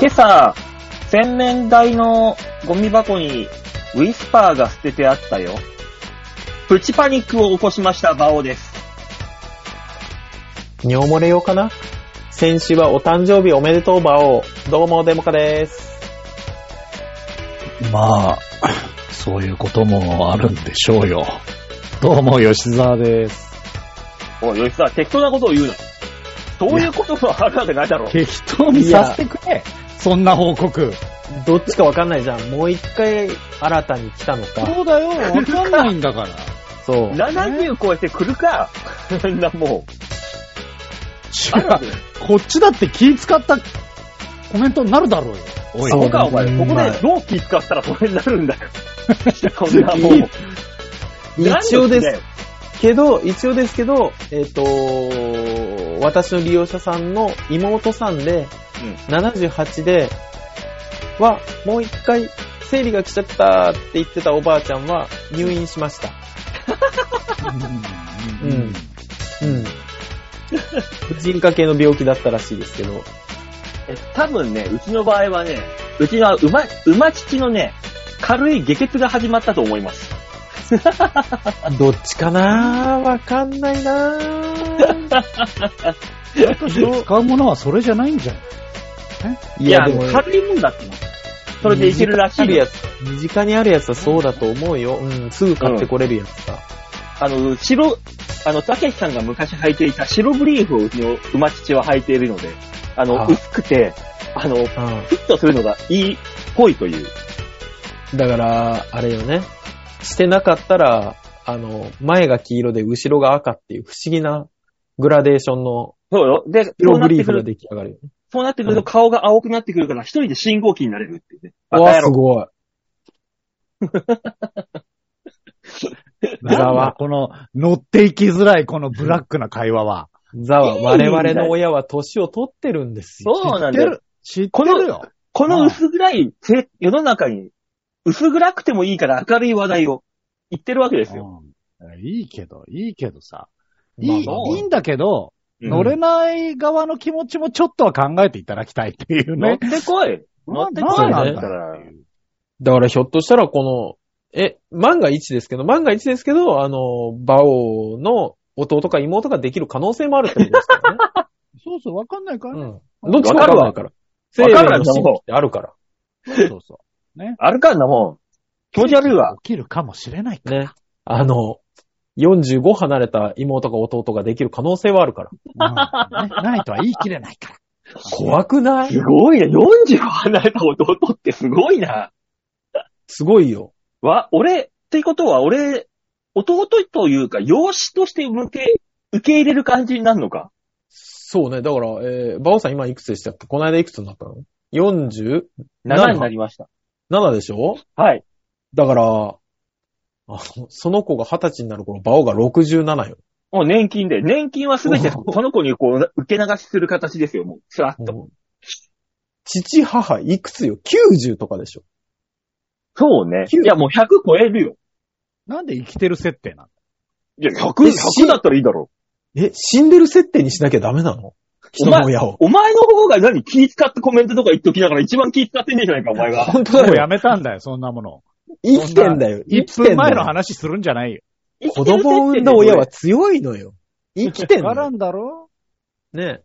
今朝、洗面台のゴミ箱にウィスパーが捨ててあったよ。プチパニックを起こしました、バオです。尿漏れ用かな先週はお誕生日おめでとう馬王。どうも、デモカです。まあ、そういうこともあるんでしょうよ。どうも、吉沢です。おい、吉沢、適当なことを言うな。そういうこともあるわけないだろ。適当にさせてくれ。そんな報告。どっちかわかんないじゃん。もう一回新たに来たのか。うだよ。わかんないんだから。そう。 70超えて来るか。そんなもう。あるわけ違。ないうこっちだって気使ったコメントになるだろうよ。おいそそううだか、ねお前。ここまであどう気使ったらそれになる んだよ。そんなもう。一応何の気でだよす。けど、一応ですけど、えっ、と、私の利用者さんの妹さんで、78で、は、もう一回、生理が来ちゃったって言ってたおばあちゃんは入院しました。うんうんうん。婦 人科系の病気だったらしいですけど。え、多分ね、うちの場合はね、うちの馬、馬乳のね、軽い下血が始まったと思います。どっちかなわかんないな 使うものはそれじゃないんじゃん。いや、軽いもんだってな。それでいけるらしい身近によあるやつ、身近にあるやつはそうだと思うよ。うん、すぐ買ってこれるやつだ。あの、白、あの、たけしさんが昔履いていた白ブリーフをうちの馬乳は履いているので、あの、ああ薄くて、あの、フィうん。ットするのがいいっぽいという。だから、あれよね。してなかったら、あの、前が黄色で後ろが赤っていう不思議なグラデーションのそうよ。で、そう色なブっリてーくフがる、出来上がるよね。そうなってくるうとん顔が青くなってくるから、一人で信号機になれるっていうね。バうカわ、野す郎ごい。ざわこの、乗っていきづらい、このブラックな会話は。ザは、いいんだ我よ々の親は年を取ってるんですよ。そうなんだよ。知ってる。知ってるよ。この薄暗いせ世の中に、薄暗くてもいいから明るい話題を言ってるわけですよ。うんいいけど、いいけどさ。いまあい、いいんだけど、うん乗れない側の気持ちもちょっとは考えていただきたいっていう乗っね。てこい。乗ってこいなななんんだかだら。だからひょっとしたらこの、え、万が一ですけど、万が一ですけど、あの、馬王の弟か妹ができる可能性もあるってことですからね。そうそう、わかんないからね。 うん。どっちかわかんないから。生わ命かるわの神秘ってあるから。そうそう。あるかんなもん。気持ち悪いわ。起きるかもしれないから。ね。あの、45離れた妹か弟ができる可能性はあるから。うんねないとは言い切れないから。怖くないすごいね。40離れた弟ってすごいな。すごいよ。わ、俺、ってことは俺、弟というか、養子として受け、受け入れる感じになるのかそうね。だから、えー、馬王さん今いくつでしたっけこの間いくつになったの ?47 ?7 になりました。でしょはい。だから、あの、その子が20歳になる頃、馬王が67よ。もう年金で。年金はすべてこの子にこう、受け流しする形ですよ、もう。ふわっと。父、母、いくつよ ?90 とかでしょそうね。 9いや、もう100超えるよ。なんで生きてる設定なのいや、100、100だったらいいだろえ、死んでる設定にしなきゃダメなの人の親を。う。お前の方が何気使ってコメントとか言っときながら一番気使ってんねえじゃないか、お前が。 本当だもうやよ。めたんだよ、そんなもの。生きてんだよ。生きて1分んだ前のよ。話するんじゃないよ。子供を産んだ親は強いのよ。生きてんわだかよら。んだろね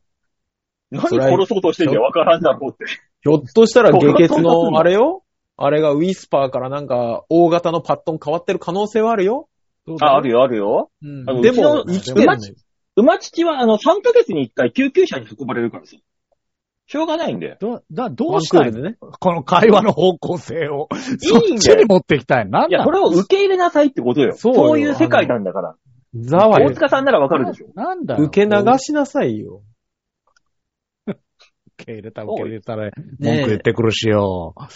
何殺そうとしてんじゃわからんだろうって。ひょっとしたら下血の、あれよあれがウィスパーからなんか、大型のパットン変わってる可能性はあるよ。あ、あるよ。よ、あるよ。うんあのでも、うちの生きてるのよ。馬父は、あの、3ヶ月に1回救急車に運ばれるからさ。しょうがないんだよ。ど、だ、どワうンしクたーいルのでね。この会話の方向性を。そっいいんちだによ。持っていきたい。なんいや、だそれを受け入れなさいってことよ。そうよそういう世界なんだから。ざわ大よ。塚さんならわかるでしょ。なんだよ受け流しなさいよ。受け入れた、受け入れたら、文ね句え言ってくるしよ。も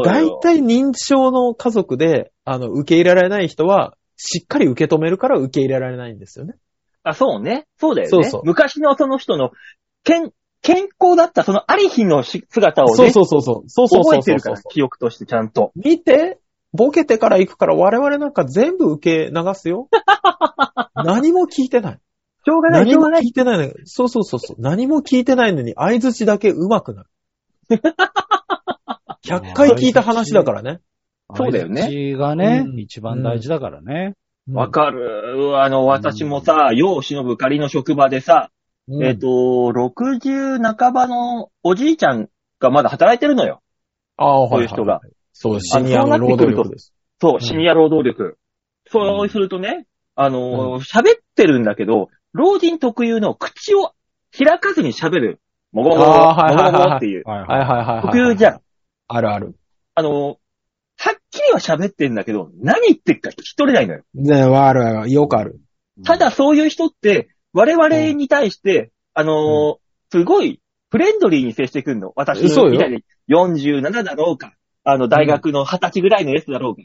うそうよ大体認知症の家族で、あの、受け入れられない人は、しっかり受け止めるから受け入れられないんですよね。あ、そうね。そうだよね。そうそう昔のその人の、健、健康だったそのあり日のし姿をね、そうそうそうそう。そうそ覚うそえうそてうるから、記憶としてちゃんと。見て、ボケてから行くから我々なんか全部受け流す よ。何も聞いてない。しょうがない、何しょうもがない。聞いてないのに。そうそうそうそう。何も聞いてないのに相槌だけ上手くなる。 100回聞いた話だからね。そうだよね相槌がね、うん一番大事だからね。わかる。あの、私もさ、よう忍ぶ仮の職場でさ、うんえっ、と、60半ばのおじいちゃんがまだ働いてるのよ。あこあ、うはいいうは人が。そう、シニアの労働力です。そうう、んシニア労働力。そうするとね、あのー、喋ってるんだけど、老人特有の口を開かずに喋る。もごもご、もあーはいはいはごいもごっていう。はいはいはいはいはい。特有じゃん。あるある。あのー、はっきりは喋ってんだけど、何言ってるか聞き取れないのよ。ね、あるある。よくある。ただ、そういう人って、我々に対して、あのー、すごいフレンドリーに接してくんの。私そうよみたいに47だろうか、あの、大学の20歳ぐらいのやつだろうか。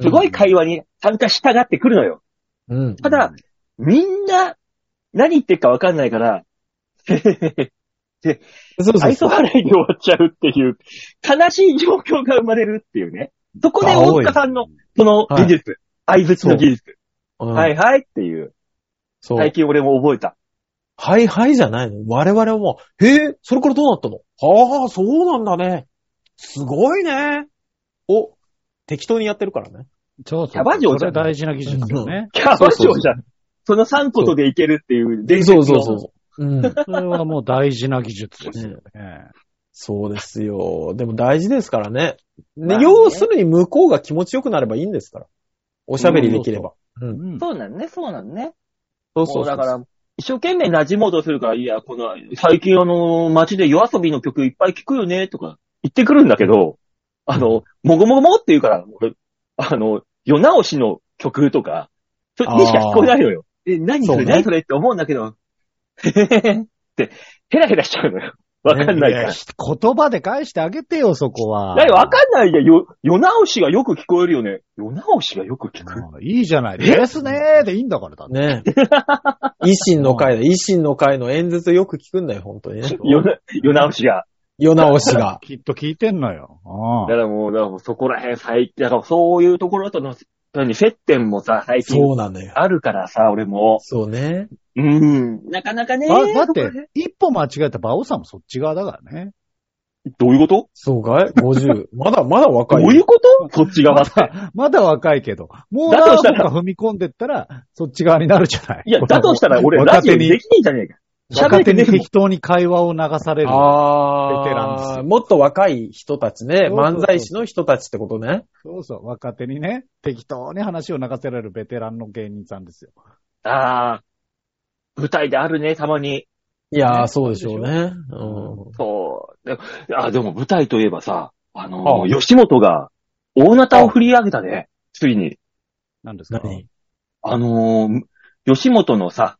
すごい会話に参加したがってくるのよ。うん。ただ、みんな、何言ってるかわかんないから、へへへそうそ愛う想そう。笑いで終わっちゃうっていう、悲しい状況が生まれるっていうね。そこで大塚さんの、そのはい技術、相づちの技術。うんはいはいっていう、そう。最近俺も覚えた。はいはいじゃないの。我々はもう、へえ、それからどうなったのはあ、そうなんだね。すごいね。お、適当にやってるからね。そうそうキャバ嬢そじれゃん大事な技術だよね。キャバ嬢じゃん。その3ことでいけるっていう伝説その。うそうそう。 うん。それはもう大事な技術ですよね。そうですよ。でも大事ですからね。まであね要するに向こうが気持ちよくなればいいんですから。おしゃべりできれば。うん。うんそうなんね、そうなんね。そうそそううだから、一生懸命馴染もうとするから、いや、この、最近あの、街で夜遊びの曲いっぱい聴くよね、とか言ってくるんだけど、あの、もごもごもごって言うから、俺あの、夜直しの曲とか、それにしか聞こえないのよ。え、何そそれ、うね何それ って思うんだけど、へへへって、ヘラヘラしちゃうのよ。わかんないから。言葉で返してあげてよ、そこは。だよ、わかんないじゃん。よ夜直しがよく聞こえるよね。夜直しがよく聞く。うんいいじゃない。ですねーでいいんだから、だって。ねえ。 維新の会だ。維新の会の演説よく聞くんだよ、本当にね。 夜な夜直しが。世直しが。きっと聞いてんのよ。だからもう、だからもうそこら辺最、だからそういうところとの、何、接点もさ、最近そうなのよ。あるからさ、俺も。そうね。うん。なかなかね。うんだだっそこら辺て、一歩間違えたら馬王さんもそっち側だからね。どういうことそうかい ?50。ま だ、まだど若いよ。ういうことそっち側って。まだ 若いけど、もうだと何した歩らか踏み込んでったら、そっち側になるじゃない。いや、だとしたら俺、ラ若ジオ手でに、きねえんじゃねえか。喋若っ手てねにえもん適当に会話を流される。ああ、ベテランですよもっと若い人たちね。そうそうそう漫才師の人たちってことね。そうそう、若手にね、適当に話を流せられるベテランの芸人さんですよ。ああ、舞台であるね、たまに。いやー、ねそうでしょうね。うん。そう。であ、でも舞台といえばさ、あのああー、吉本が大なたを振り上げたね。ついに。何ですか何あのー、吉本のさ、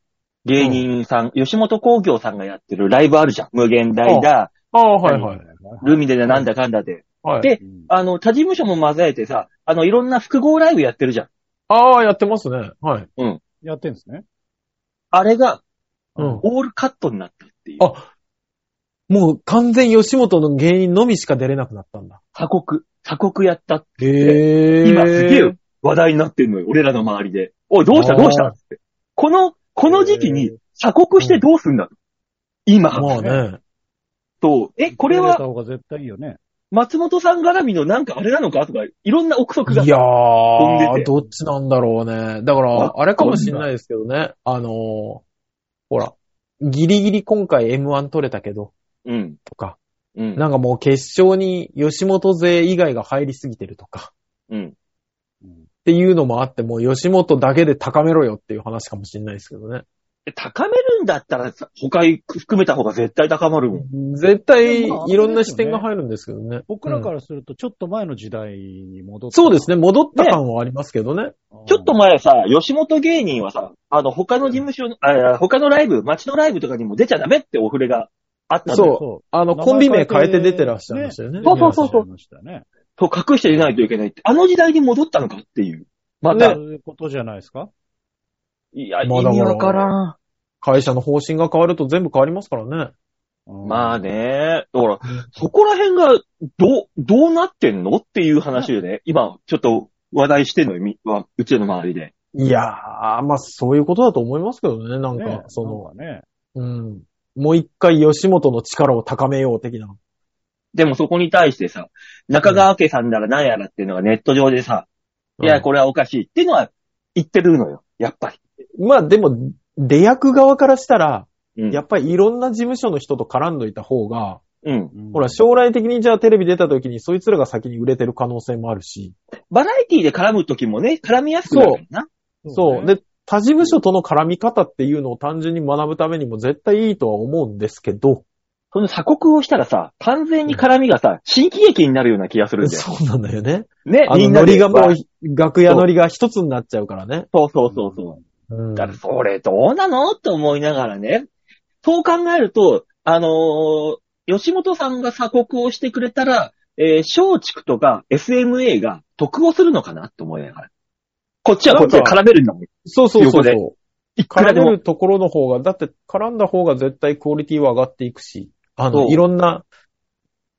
芸人さん、吉本興業さんがやってるライブあるじゃん。無限大だ、ああ、はいはい。ルミネだなんだかんだで。はい。でうんあの、他事務所も混ぜてさ、あの、いろんな複合ライブやってるじゃん。ああ、やってますね。はい。やってんですね。あれが、うん。オールカットになったっていう。あもう完全吉本の芸人のみしか出れなくなったんだ。鎖国、鎖国やったってへえ。今すげえ話題になってんのよ。俺らの周りで。おい、どうしたあーどうしたっつって。この、この時期に鎖国してどうすんだと。今。まあね。と、え、これやったは方が絶対いいよね。松本さん絡みのなんかあれなのかとか、いろんな憶測がい。や飛んでてー、どっちなんだろうね。だかわら、あれかもしれないですけどね。あのー、ほら、ギリギリ今回 M1 取れたけど、うん。とか、うん。なんかもう決勝に吉本勢以外が入りすぎてるとか、うん。っていうのもあって、もう吉本だけで高めろよっていう話かもしれないですけどね。高めるんだったらさ、他含めた方が絶対高まるもん。絶対、でもまあいろんな視点が入るんですけどね。僕らうんからすると、ちょっと前の時代に戻って、そうですね、戻った感はありますけどね。うん。ちょっと前さ、吉本芸人はさ、あの、他の事務所の、あ他のライブ、街のライブとかにも出ちゃダメってお触れがあったのそうそあの、名前コンビ名変えて出てらっしゃいましたよね。う。そうそうそうそ出てらっうしゃいましたね。と隠していないといけないって、あの時代に戻ったのかっていう。また、そういうことじゃないですか。いや、意まだ味わからん。会社の方針が変わると全部変わりますからね。まあね。ね、だから、そこら辺が、どう、どうなってんのっていう話でね、今、ちょっと話題してんのよ、みわうちの周りで。いやー、まあそういうことだと思いますけどね、なんか、ねその、なんかね。うん。もう一回吉本の力を高めよう的な。でもそこに対してさ、中川家さんなら何やらっていうのがネット上でさ、いや、これはおかしいっていうのは言ってるのよ。やっぱり。まあでも、出役側からしたら、うん。やっぱりいろんな事務所の人と絡んどいた方が、うん。ほら、将来的にじゃあテレビ出た時にそいつらが先に売れてる可能性もあるし、バラエティで絡む時もね、絡みやすくなるよな。そう。で、他事務所との絡み方っていうのを単純に学ぶためにも絶対いいとは思うんですけど、その鎖国をしたらさ、完全に絡みがさ、新喜劇になるような気がするんだよ。そうなんだよね。ね、あみの、んなノでリがもう、楽屋ノリが一つになっちゃうからね。そうそうそうそう。うんだから、それどうなのって思いながらね。そう考えると、あのー吉本さんが鎖国をしてくれたら、えー松竹とか SMA が得をするのかなって思いながら。こっちはこっちで絡めるんだもん。そうそう横そうでそう。いくら絡でめも。るところの方が、だって絡んだ方が絶対クオリティは上がっていくし、あその、ういろんな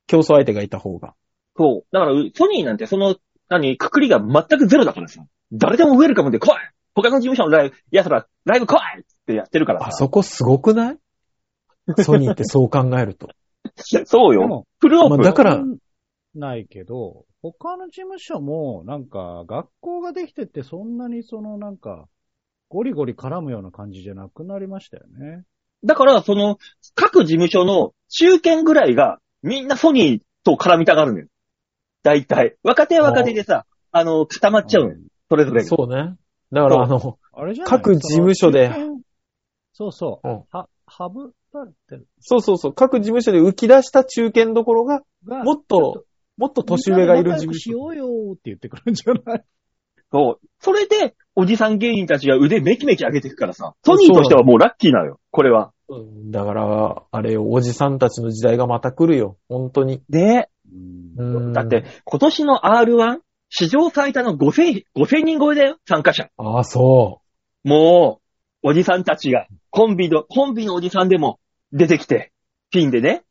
競争相手がいた方が。そう。だから、うソニーなんてその、何、くくりが全くゼロだからさ。誰でもウェルカムで来い他の事務所のライブ、いや、そら、ライブ来いってやってるからさあ。そこすごくないソニーってそう考える と。そうでよ。も、フルオープまン。あ、だから、ないけど、他の事務所も、なんか、学校ができてって、そんなにその、なんか、ゴリゴリ絡むような感じじゃなくなりましたよね。だから、その、各事務所の中堅ぐらいが、みんなソニーと絡みたがるのよ。大体。若手は若手でさ、あの、固まっちゃうのよ。それぞれが。そうね。だから、あの、あれじゃない各事務所で。そうそう。うんは、はぶられてるそうそうそう、各事務所で浮き出した中堅どころが、が。もっと、もっと年上がいる事務所。みんな仲良くしようよって言ってくるんじゃないそう。それで、おじさん芸人たちが腕めきめき上げていくからさ、ソニーとしてはもうラッキーなのよ。これは。うんだから、あれよ、おじさんたちの時代がまた来るよ。本当に。ねうんうんだって、、今年の R1、史上最多の5000、5000人超えだよ、参加者。ああ、そもう、おじさんたちが、コンビの、コンビのおじさんでも出てきて、ピンでね。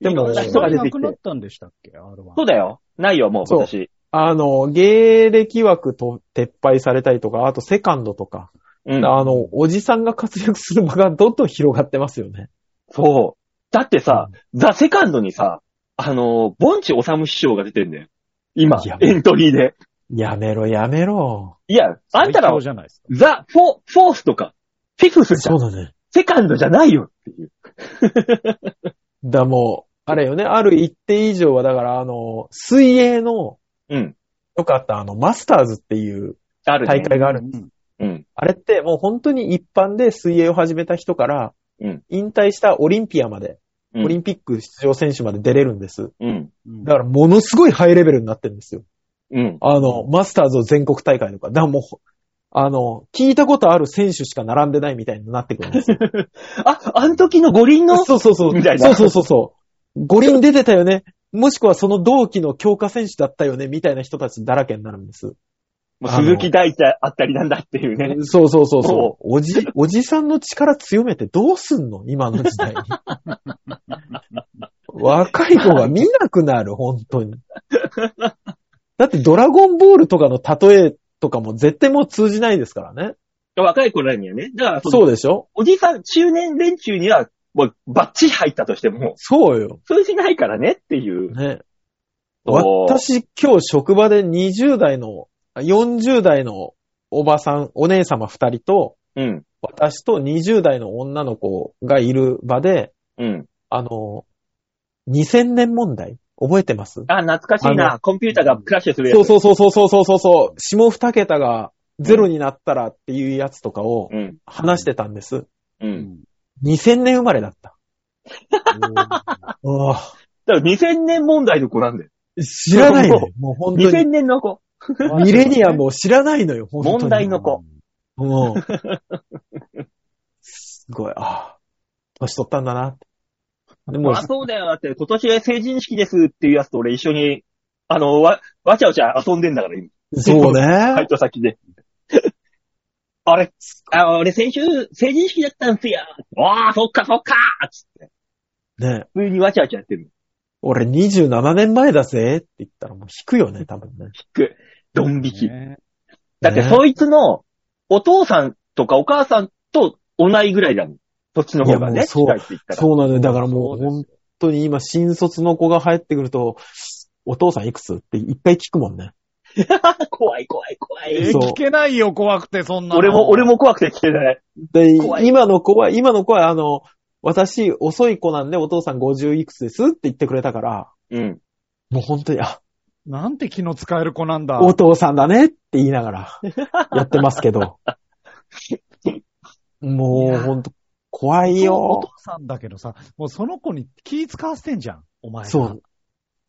でもいろんな人そがれ出なてくき。なってたんでしたっけ ?R1。そうだよ。ないよ、もう、そう今年。う。あの、芸歴枠と撤廃されたりとか、あとセカンドとか、うん。あの、おじさんが活躍する場がどんどん広がってますよね。そう。だってさ、ザ・セカンドにさ、あのー、ボンチ治虫師匠が出てんだよ。今いや、エントリーで。やめろ、やめろ。いや、あんたら最強、じゃないですか。ザ・フォー、フォースとか、フィフスじゃ。そうんだね。セカンドじゃないよっていう。だ、もう、あれよね、ある一定以上は、だから、あの、水泳の、うん。よかった、あの、マスターズっていうある、ね。大会がある。うんうん。あれって、もう本当に一般で水泳を始めた人からうん、引退したオリンピアまで、うんオリンピック出場選手まで出れるんです。うん。うんだから、ものすごいハイレベルになってるんですよ。うん。あの、マスターズを全国大会とか、だからもう、あの、聞いたことある選手しか並んでないみたいになってくるんですよ。あ、あの時の五輪の、 そうそうそう。みたいなそうそうそうそう。五輪出てたよね。もしくはその同期の強化選手だったよね、みたいな人たちだらけになるんです。もう鈴木大地あったりなんだっていうね。そうそうそうそそう。おじ、おじさんの力強めてどうすんの今の時代に。若い子が見なくなる、本当に。だってドラゴンボールとかの例えとかも絶対もう通じないですからね。若い子らにはね。だから、そうでしょおじさん、中年連中には、もう、バッチリ入ったとしても、そうよ。通じないからねっていう。ね。そう私、今日職場で20代の、あ40代のおばさん、お姉様2人と、うん。私と20代の女の子がいる場で、うん。あの、2000年問題覚えてますあ、懐かしいあな。コンピューターがクラッシュするやつ。そうそうそうそうそうそうそうそう、下二桁がゼロになったらっていうやつとかをうん。話してたんです。う。うんん2000年生まれだった。うああだから2000年問題の子なんだよ。知らないのよ。もう本当に。 2000年の子。んミレニアムを知らないのよ、本当に。問題の子。もう。すごい、ああ、年取ったんだなって。でも、あ、そうだよ。だって今年成人式ですっていうやつと俺一緒に、あの、わ、わちゃわちゃ遊んでんだから、今。そうバイ ね。ト先で。あれ、あ、俺先週成人式だったんすよ。ああ、そっかそっかつって。ね普通にわちゃわちゃやってるの。俺27年前だぜって言ったらもう引くよね、多分ね。ドン引き。ねだってねそいつのお父さんとかお母さんと同いぐらいだもん。そっちの方がいやもね、うそう近いって言ったら。そうなんだよ。だからもうそうですよ本当に今、新卒の子が入ってくると、お父さんいくつって一回聞くもんね。 怖い怖い怖えい。そう聞けないよ、怖くて、そんなの。俺も、俺も怖くて聞けない。で怖、い今の子は、今の子は、あの、私、遅い子なんで、お父さん50いくつですって言ってくれたから、うん。もう本当に、あ、なんて気の使える子なんだ。お父さんだねって言いながら、 やってますけど。もう、本当怖いおよ。父さんだけどさ、もうその子に気使わせてんじゃん、お前が。そう。。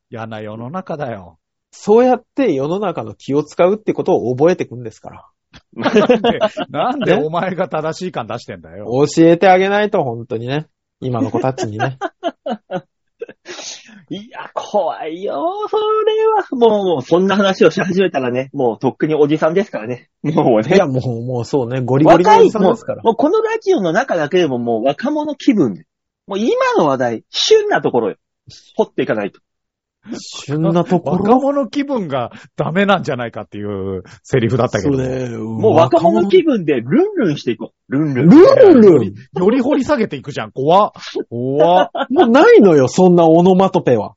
嫌な世の中だよ。そうやって世の中の気を使うってことを覚えてくんですから。なん で、なんでねお前が正しい感出してんだよ。教えてあげないと、本当にね。今の子たちにね。いや、怖いよ、それは。もう、もう、そんな話をし始めたらね、もう、とっくにおじさんですからね。もう いね。や、もう、もうそうね、ゴリゴリ若のおいじさんもでうすから。もうこのラジオの中だけでももう若者気分で。もう今の話題、旬なところよ。掘っていかないと。旬なとこ若ろ。者気分がダメなんじゃないかっていうセリフだったけど。ももう若者気分でルンルンしていこう。ルンルン。ルンルンより掘り下げていくじゃん、怖っ。 怖っ。もうないのよ、そんなオノマトペ は。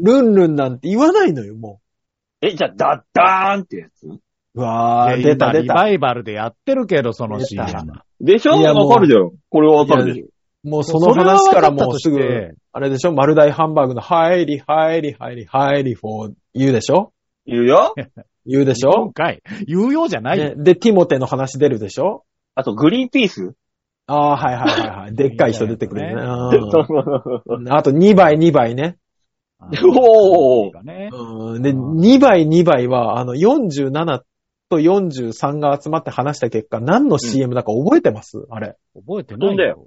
ルンルンなんて言わないのよ、もえ、じゃあ、ダッダーンってやつう。うわー、いや出今た出リた。バイバルでやってるけど、そのシー出ン。でしょいやもうわかるじゃん。これはわかるでしょ。もうその話からもうすぐそ、れは分かったとしてあれでしょ丸大ハンバーグの、入り、入り、入り、入り、フォー、言うでしょ言うよ。言うでし今ょ、回、言うようじゃないねよ。で、ティモテの話出るでしょあと、グリーンピー ス。ああー、はいはいはいはい。でっかい人出てくるね。ねうんあと2倍、2倍ね。あおーーねうんで、2倍、2倍は、あの、47と43が集まって話した結果、何の CM だか覚えてます、あれ。覚えてない布団だよ。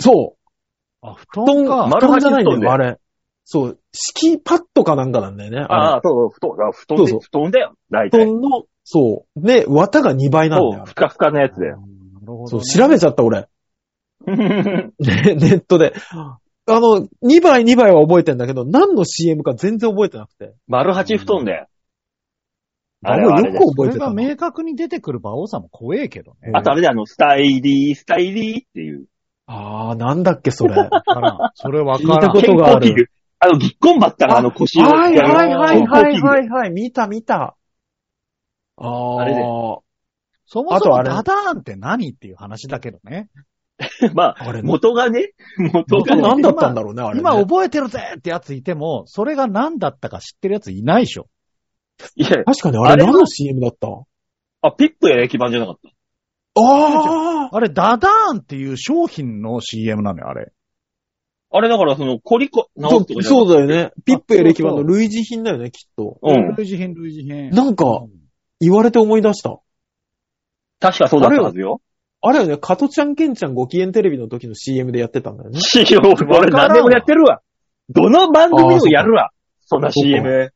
そう。あ、布布団団が、か。布団じゃないんだよ、丸八布団だよあれ。そう、敷きパッドかなんかなんだよね。ああれあ、そう、布団、あ布そ団うでそう布団だよ。大布体。団の、そう。で、綿が2倍なんだそよう、。ふかふかのやつだよ。なるほどね。そう、調べちゃった、俺。うねネットで。あの、2倍、2倍は覚えてんだけど、何の CM か全然覚えてなくて。 丸八布団だよ。ああれもはあうれよでくす。そ覚えれてがたな。明確に出てくる馬王さんも怖えけどね。あとあれだよ、あの、スタイリー、スタイリーっていう。あー、なんだっけ、それ。わからん。それわから聞いたんこ。とがある健康器具。あの、ぎっこんばったらあの腰を。はいはいはいは健康器い具はいはい。見た見た。ああ。あれねそもあそともあれダダーンって何っていう話だけどね。まあ、あれね。元がね、元元がね。何だったんだろうね、あれね。今覚えてるぜってやついても、それが何だったか知ってるやついないでしょ。いや、確かにああれれは何の CM だったあ、ピップや駅版じゃなかった。あああれ、ダダーンっていう商品の CM なのよ、あれ。あれだから、その、コリコ、直すとかじゃなそかっうだよね。ピップエレキバの類似品だよね、きっと。たうん。類似品、類似品。なんかうん言われて思い出した。確かそうだったはずよ。あれよね、加トちゃんケンちゃんご機嫌テレビの時の CM でやってたんだよね。いや 俺俺何でもやってるわ。どの番組もやるわ。そんなそうか CM。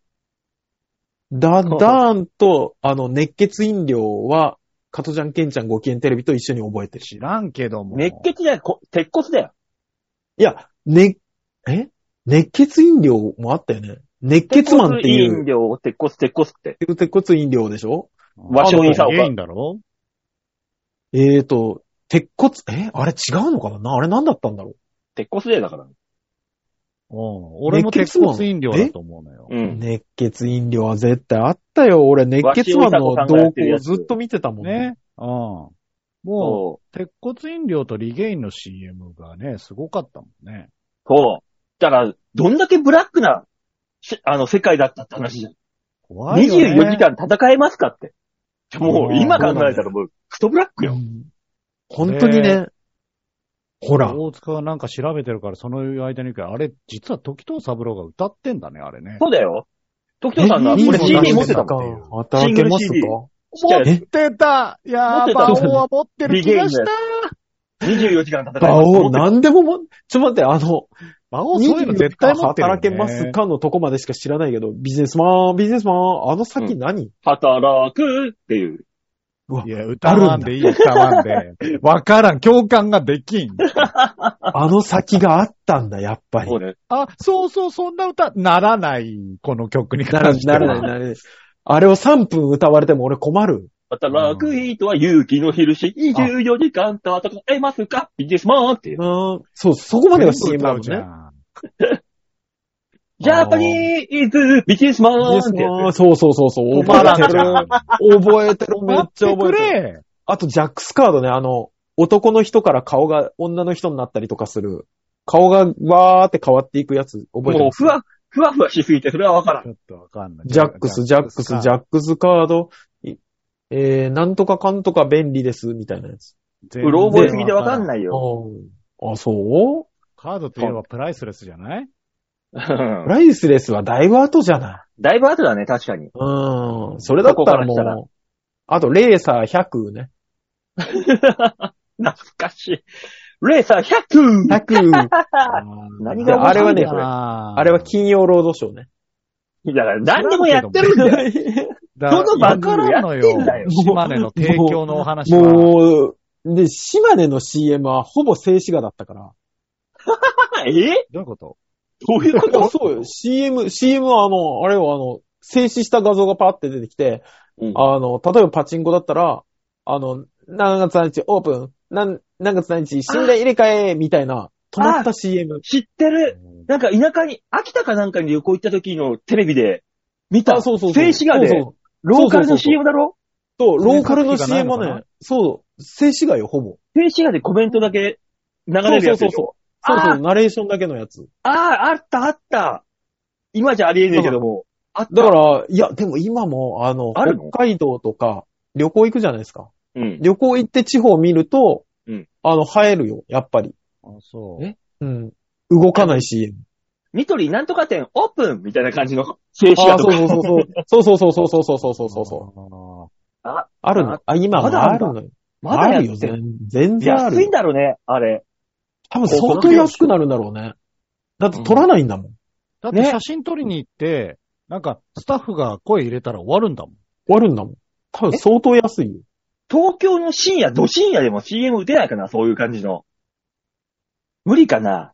ダダーンと、あの、熱血飲料は、加トちゃんケンちゃんご機嫌テレビと一緒に覚えてる。知らんけども。熱血じゃない、こ鉄骨だよ。いや、ね、え熱血飲料もあったよね。熱血マンってい鉄骨飲う、料、鉄骨、鉄骨って。鉄骨飲料でしょ和食にさあの子ゲインだろえーと、鉄骨、えあれ違うのかななあれ何だったんだろう鉄骨でだから。うん。俺も鉄骨飲料だと思うのよ。うん。熱血飲料は絶対あったよ。俺、熱血マンの動向をずっと見てたもんね。ね。うん。もう、そう。鉄骨飲料とリゲインの CM がね、すごかったもんね。そう。だから、どんだけブラックな、しあの、世界だったって話じゃん。怖いよ、ね。 24時間戦えますかって。もう、今考えたらもう、ストブラックうよ。ん本当にね。ほら。大塚がなんか調べてるから、その間に行くけどあれ、実は時藤三郎が歌ってんだね、あれね。そうだよ。時藤さんが、えいい俺の CD 持ってたもん。ん。当てますシングル CD かちっちゃいやつてた持やってた馬王は持ってリ24時間戦えバます。オ、何でもも、ちょっと待って、あの、馬王そういうの絶対持ってるよ、ね。働けますかのとこまでしか知らないけど、ビジネスマン、ビジネスマン、あの先何、働くっていう。いや、歌わんでいい、歌わんで。わからん、共感ができん。あの先があったんだ、やっぱりそ。うね。あ、そうそう、そんな歌、ならない、この曲になら関してなは。らない、ならない。あれを3分歌われても俺困る。働く人は勇気の印、24時間と戦えますかビジネスマンっていう。うん。そう、そこまでが CM だもんじゃね。ん。ジャパニーズビジネスマンってやつ。そうそうそうそう。覚えてる。覚えてる。めっちゃ覚えてる。る。あと、ジャックスカードね、あの、男の人から顔が女の人になったりとかする。顔がわーって変わっていくやつ、覚えもうてる。ふわ、ふわふわしすぎて、それはわからん。ちょっとわかんない。ジャックス、ジャックス、ジャックスカード、いえー、なんとかかんとか便利です、みたいなやつ。うろ覚えすぎてわわかんい。ないよ。あーあ、そうカードといえばプライスレスじゃないプライスレスはだいぶ後じゃない。だいぶ後だね、確か に。うん。それだったそこからもらしたらう、あと、レーサー100ね。懐かしい。レーサー 100! 100。何があれはね、面白いんだな ああれは金曜ロードショーね。だから何でもやってるんだよ。 どどの番組やってんだよ島根の提供のお話は。もう、で、島根の CM はほぼ静止画だったから。えどういうことどういうこでもとそうよ、CM、CM はあの、あれはあの、静止した画像がパーって出てきて、うんあの、例えばパチンコだったら、あの、何月何日オープン、何、何月何日、信頼入れ替え、みたいな、止まった CM。知ってる。なんか田舎に、秋田かなんかに旅行行った時のテレビで、見た。あそうそうそう。静止画でそうそうローカルの CM だろそう、ローカルの制作費 CM がないのかはねな、そう、静止画よ、ほぼ。静止画でコメントだけ流れるやつでしょ。そうあそう、ーナレーションだけのやつ。ああ、あったあった。今じゃありえねえけども。あった。だから、いや、でも今も、あの、あるの北海道とか、旅行行くじゃないですか。うん。旅行行って地方見ると、うんあの、生えるよ、やっぱり。あ、そう。えうん。動かない CM。ニトリなんとか店オープンみたいな感じの静止あ画あ、とそうか。そうそうそう。そうそうそうそうそうそうそうそうそう。う。あるのあ、今もまだああんだるのよ。まだやあっるよ、てる。全全然あ安いるん。だろうね、あれ。多分相当安くなるんだろうね。だって取らないんだもん。だってね写真撮りに行って、なんかスタッフが声入れたら終わるんだもん。終わるんだもん。多分相当安いよ。東京の深夜、ど深夜でも CM 打てないかな、そういう感じの。無理かな。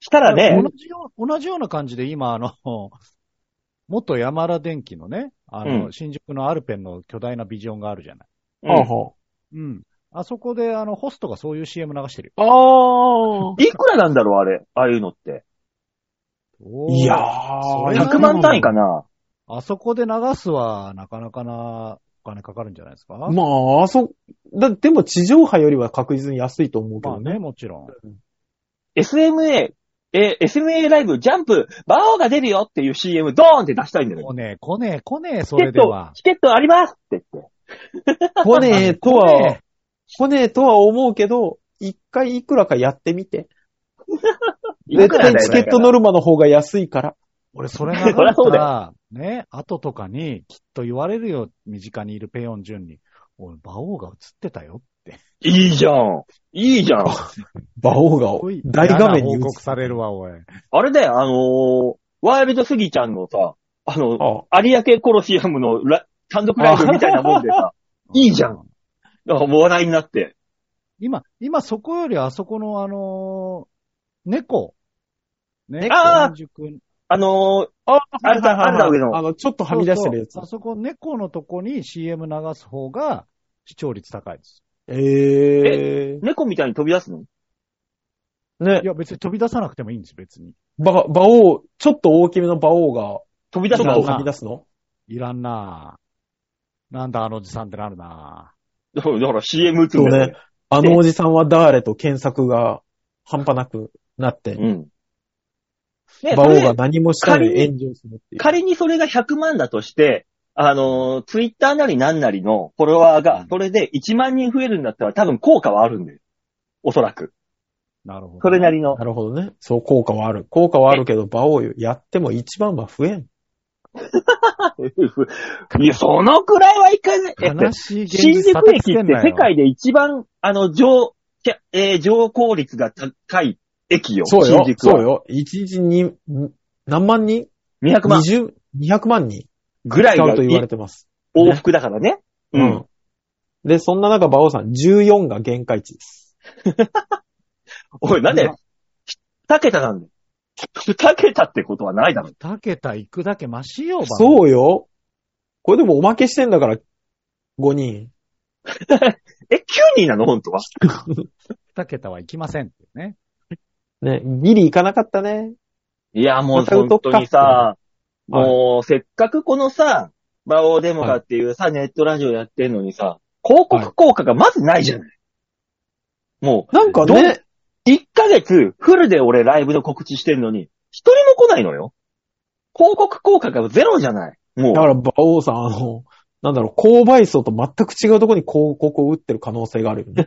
したらね、同じよう同じような感じで今、あの、 元山田電機のね、あの、うん新宿のアルペンの巨大なビジョンがあるじゃない。うんあはうん。あそこで、あの、ホストがそういう CM 流してるああいくらなんだろう、あれ。ああいうのって。よ。いやそれー。は100万単位かな。あそこで流すは、なかなかな、お金かかるんじゃないですか。まあ、あそ、だ、でも地上波よりは確実に安いと思うけまあどね、 ね。もちろん。 SMA、え、SMA ライブ、ジャンプ、バオが出るよっていう CM、ドーンって出したいんだよ。来ねえ、来ねえ、来ねえ、そチケれッでトは、。チケットありますって言って。骨と来はね、骨とは思うけど、一回いくらかやってみて。い絶くら対だよチケットノルマの方が安いから。俺、それ流れ そりゃそうただら、ね、後とかに、きっと言われるよ、身近にいるペヨンジュンに。おい、馬王が映ってたよ。いいじゃん。いいじゃん。馬王がおい大画面に嫌映な報告されるわ、おい。あれだよ、あのー、ワイルドスギちゃんのさ、あの、あ有明コロシアムのラ単独ライブみたいなもんでさ、いいじゃん。だからもう話題になって。今、今そこよりあそこのあのー猫。ね、あー新宿あのー、あ、あれだ、あれだけど、あの、ちょっとはみ出してるやつそうそう。あそこ猫のとこに CM 流す方が視聴率高いです。ええ猫みたいに飛び出すのねい、や、別に飛び出さなくてもいいんです、別に。馬、馬王、ちょっと大きめの馬王が、飛びちょ出っすとのはみ出すのいらんなぁ。なんだあのおじさんってなるなだから CM 打つそんうだよね。。あのおじさんは誰と検索が半端なくなって、うん。ね馬そ王れが何もしたのに仮炎上するっていう。仮にそれが100万だとして、あのー、ツイッターなりなんなりのフォロワーが、それで1万人増えるんだったら多分効果はあるんだよ。おそらく。なるほど。それなり の。なるほどね。そう、効果はある。効果はあるけど、馬王よやっても一番は増えん。いや、そのくらいはいかない。悲しい現新実宿叩き駅つけっんてなよ世界で一番、あの、乗、きゃえー乗降率が高い駅よ。そうよ新。宿はそうよ。一日に、ん何万人200万 ?20、200万人ぐらい使うがと言われてます。往復だからね。う。うんん。で、そんな中、馬王さん、14が限界値です。おい、なんでうん、 2桁なんだよ。2桁ってことはないだろ。二桁行くだけマシよ、そうよ。これでもおまけしてんだから、 5人。え、9人なの本当は。二桁はいきませんっていうね。ね、ギリ行かなかったね。いや、もうまた歌本っ当にさ、もうせっかくこのさ、バオーデモはカっていうさ、ネットラジオやってんのにさ、広告効果がまずないじゃない。もなんかどうね、う、1ヶ月フルで俺ライブの告知してんのに、一人も来ないのよ。広告効果がゼロじゃない。もう。だから、馬王さん、あの、なんだろう、購買層と全く違うところに広告を打ってる可能性がある よね。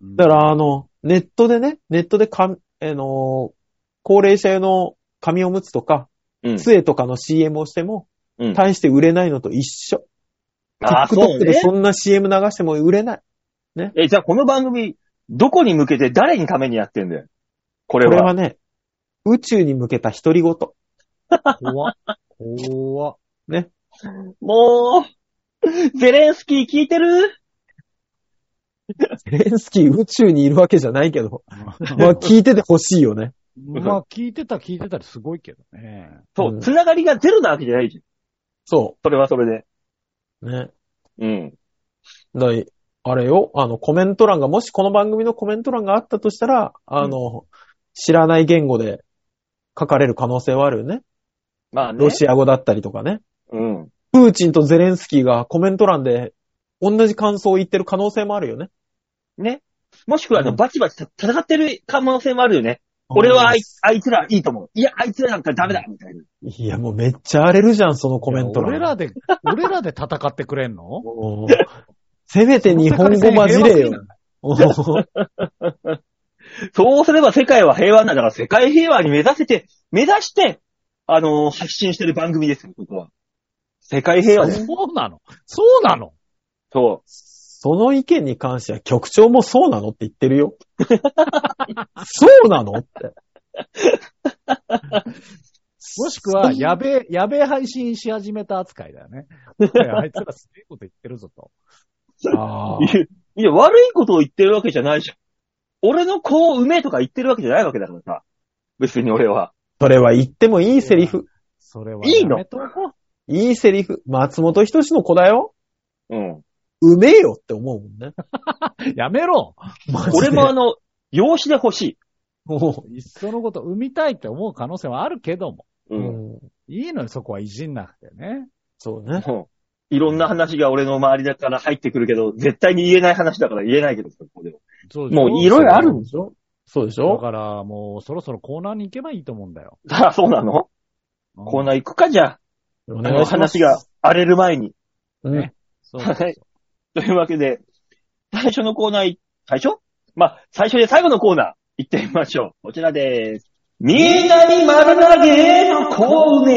うんだから、あの、ネットでね、ネットでか、あの、高齢者用の紙おむつとか、うん杖とかの CM をしても、うん大して売れないのと一緒。あーそう TikTok でね。そんな CM 流しても売れない。え、じゃあこの番組、どこに向けて誰にためにやってんだよ。これこれは。はね、宇宙に向けた独り言。怖っ。怖っ。もう、ゼレンスキー聞いてるゼレンスキー宇宙にいるわけじゃない けど、 まあ聞いててほしいよね。まあ、聞いてた聞いてたらすごいけどね。そうう、んつながりがゼロなわけじゃないじゃん。そそれはそれで。う。ね。うん。だいあれよ、あの、コメント欄が、もしこの番組のコメント欄があったとしたら、あの、知らない言語で書かれる可能性はあるよね。まあね。ロシア語だったりとかね。うん。プーチンとゼレンスキーがコメント欄で同じ感想を言ってる可能性もあるよね。ね。もしくは、あの、うんバチバチた戦ってる可能性もあるよね。俺はあいあいつらいいと思う。いや、あいつらなんかダメだみたいな。いや、もうめっちゃ荒れるじゃん、そのコメント欄。俺らで、俺らで戦ってくれんのもうせめて日本語混じれよ。 そうすれば世界は平和なんだから、世界平和に目指せて、目指して、あのー発信してる番組ですよ、ここは。世界平和です。そうなのそうなのそその意見に関しては局長もそうなのって言ってるよ。そうなのって。もしくは、やべえ、やべえ配信し始めた扱いだよね。あいつらすげえこと言ってるぞ と。あう。いやいや、悪いことを言ってるわけじゃないじゃん。俺の子を産めとか言ってるわけじゃないわけだからさ。別に俺は。それは言ってもいいセリフ。それはいいのやめとこういいセリフ。松本人志の子だよ。うん。うめえよって思うもんね。やめろマジで俺もあの、養子で欲しもいっそのこと産みたいって思う可能性はあるけども。い。う、う。うんん。いいのよ、そこはいじんなくてね。そうね。もういろんな話が俺の周りだから入ってくるけど、絶対に言えない話だから言えないけど、ここではそうもういろいろあるんでしょそうでしだょからもうそろそろコーナーに行けばいいと思うんだよ。さあ、そうなのコーナー行くか、じゃあ。おあ願のいします。話が荒れる前に。うんねそうそうそうはいというわけで、最初のコーナーい、最初まあ、最初で最後のコーナー、行ってみましょう。こちらでーす。みんなに丸投げのコーナー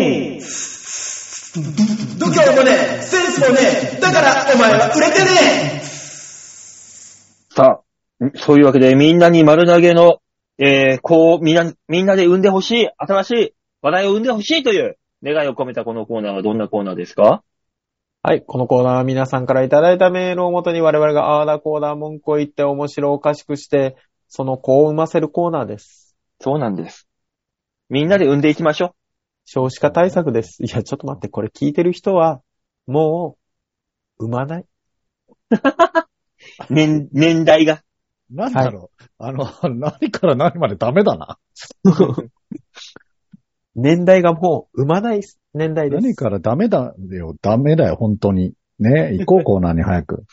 度胸もねえ、センスもねえ、だからお前は売れてねえさあ、んそういうわけで、みんなに丸投げの、えー、こう、みんな、みんなで生んでほしい、新しい話題を生んでほしいという願いを込めたこのコーナーはどんなコーナーですかはい。このコーナーは皆さんからいただいたメールをもとに我々があーだコーナー文句を言って面白おかしくして、その子を生ませるコーナーです。そうなんです。みんなで生んでいきましょ少子化対策です。いや、ちょっと待って、これ聞いてる人は、もう、産まない。う。年、年代が。なんだろう、あの、何から何までダメだな。年代がもう、産まない年代です。何からダメだよ、ダメだよ、本当に。ね、行こう、コーナーに早く。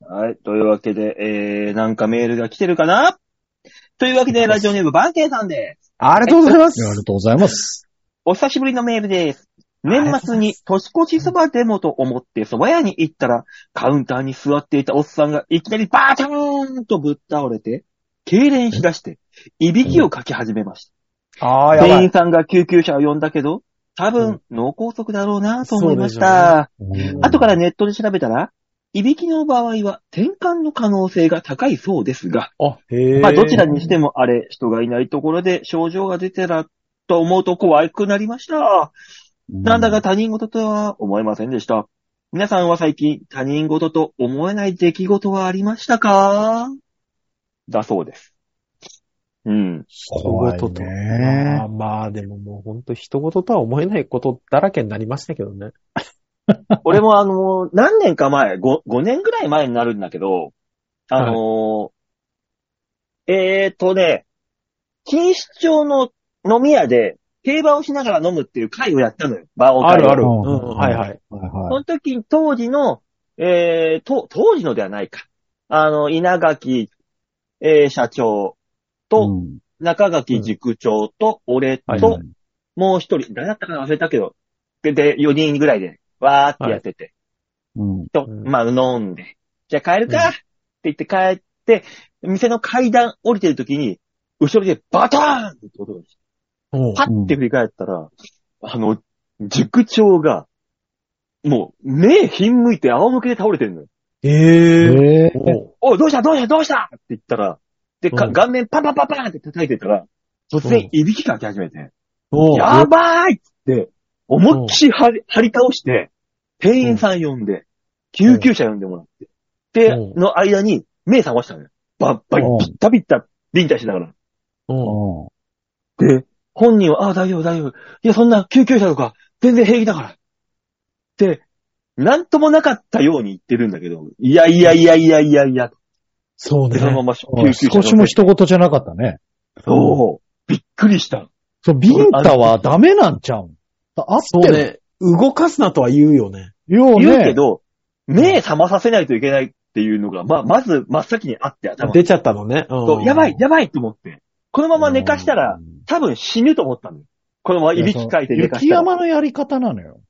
はい。というわけで、えー、なんかメールが来てるかなというわけで、ラジオネーム、バンケンさんです。ありがとうございまありす。がとうございます。お久しぶりのメールです。年末に年越しそばでもと思って蕎麦屋に行ったら、カウンターに座っていたおっさんがいきなりバーチャーンとぶっ倒れて、痙攣しだして、いびきをかき始めました。あー、やば店員い。さんが救急車を呼んだけど、多分脳梗塞だろうなと思いましそうでしょうた。うん後からネットで調べたら、いびきの場合は転換の可能性が高いそうですが、あ、へえ。まあどちらにしてもあれ、人がいないところで症状が出てらと思うと怖くなりました。なんだか他人事とは思えませんでした。皆さんは最近他人事と思えない出来事はありましたかだそうです。うん。怖い怖いまねあ。まあ、でももう本当人事とは思えないことだらけになりましたけどね。俺もあの、何年か前、5、5年ぐらい前になるんだけど、あのえーとね、錦糸町の飲み屋で、競馬をしながら飲むっていう会をやったのよ。バーをあるあうる。うんん、はいはい。はいそはい。の時に当時の、えー、と、当時のではないか。あの、稲垣、えー、社長と、うん中垣塾長と、俺と、はいもう一人、誰だったかな忘れたけど、で、で、4人ぐらいで、わーってやってて、うん。と、うんまあ、飲んで、じゃあ帰るうんかって言って帰って、店の階段降りてる時に、後ろでバターンって音がして、うんパッて振り返ったら、あの、塾長が、もう、目ひんむいて仰向けで倒れてるのよ。えええーおおい、どうしたどうしたどうしたって言ったら、で、かうん顔面パンパンパンパンって叩いてたら、突然うん、いびきかき始めて、おやばーいっつって、思いっきり張り張り倒して、店員さん呼んで、救急車呼んでもらって、で、うんの間に目覚ましたのよ。バッバリうん、ピッタピッタ、臨退しながら。おうんで、本人は、ああ、大丈夫、大丈夫。いや、そんな救急車とか、全然平気だから。で、なんともなかったように言ってるんだけど、いやいやいやいやいやいや、そうでねそ。のまま救うん急車乗少ってしも一言じゃなかったね。そう。びっくりした。そう、ビンタはダメなんちゃうん。あっそうてるね。動かすなとは言うよね。よね。言うけど、目覚まさせないといけないっていうのが、まあ、まず真っ先にあって頭に出ちゃったのね。。そううんやばい、やばいと思って。このまま寝かしたらう、ん、多分死ぬと思ったのよ。このままいびきかいて寝か雪したら。山のやり方なのよ。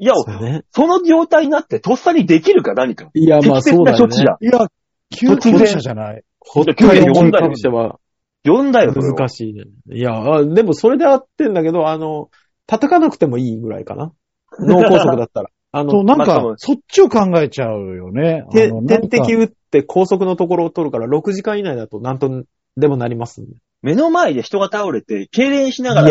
いや、そうね。その状態になって、とっさにできるか何か。いや、ま適あ切そうだなよ処置ね。だ。いや、救急車じゃない。ほっだとって急けによ、問題としては呼んだよ、それを難しいね。いや、あでもそれで合ってんだけど、あの、叩かなくてもいいぐらいかな。脳梗塞だったら。 あそう、の、なんまあかそう、そっちを考えちゃうよね。あての点滴なんか打って高速のところを取るから6時間以内だとなんとでもなりますんで。目の前で人が倒れて、痙攣しながら、い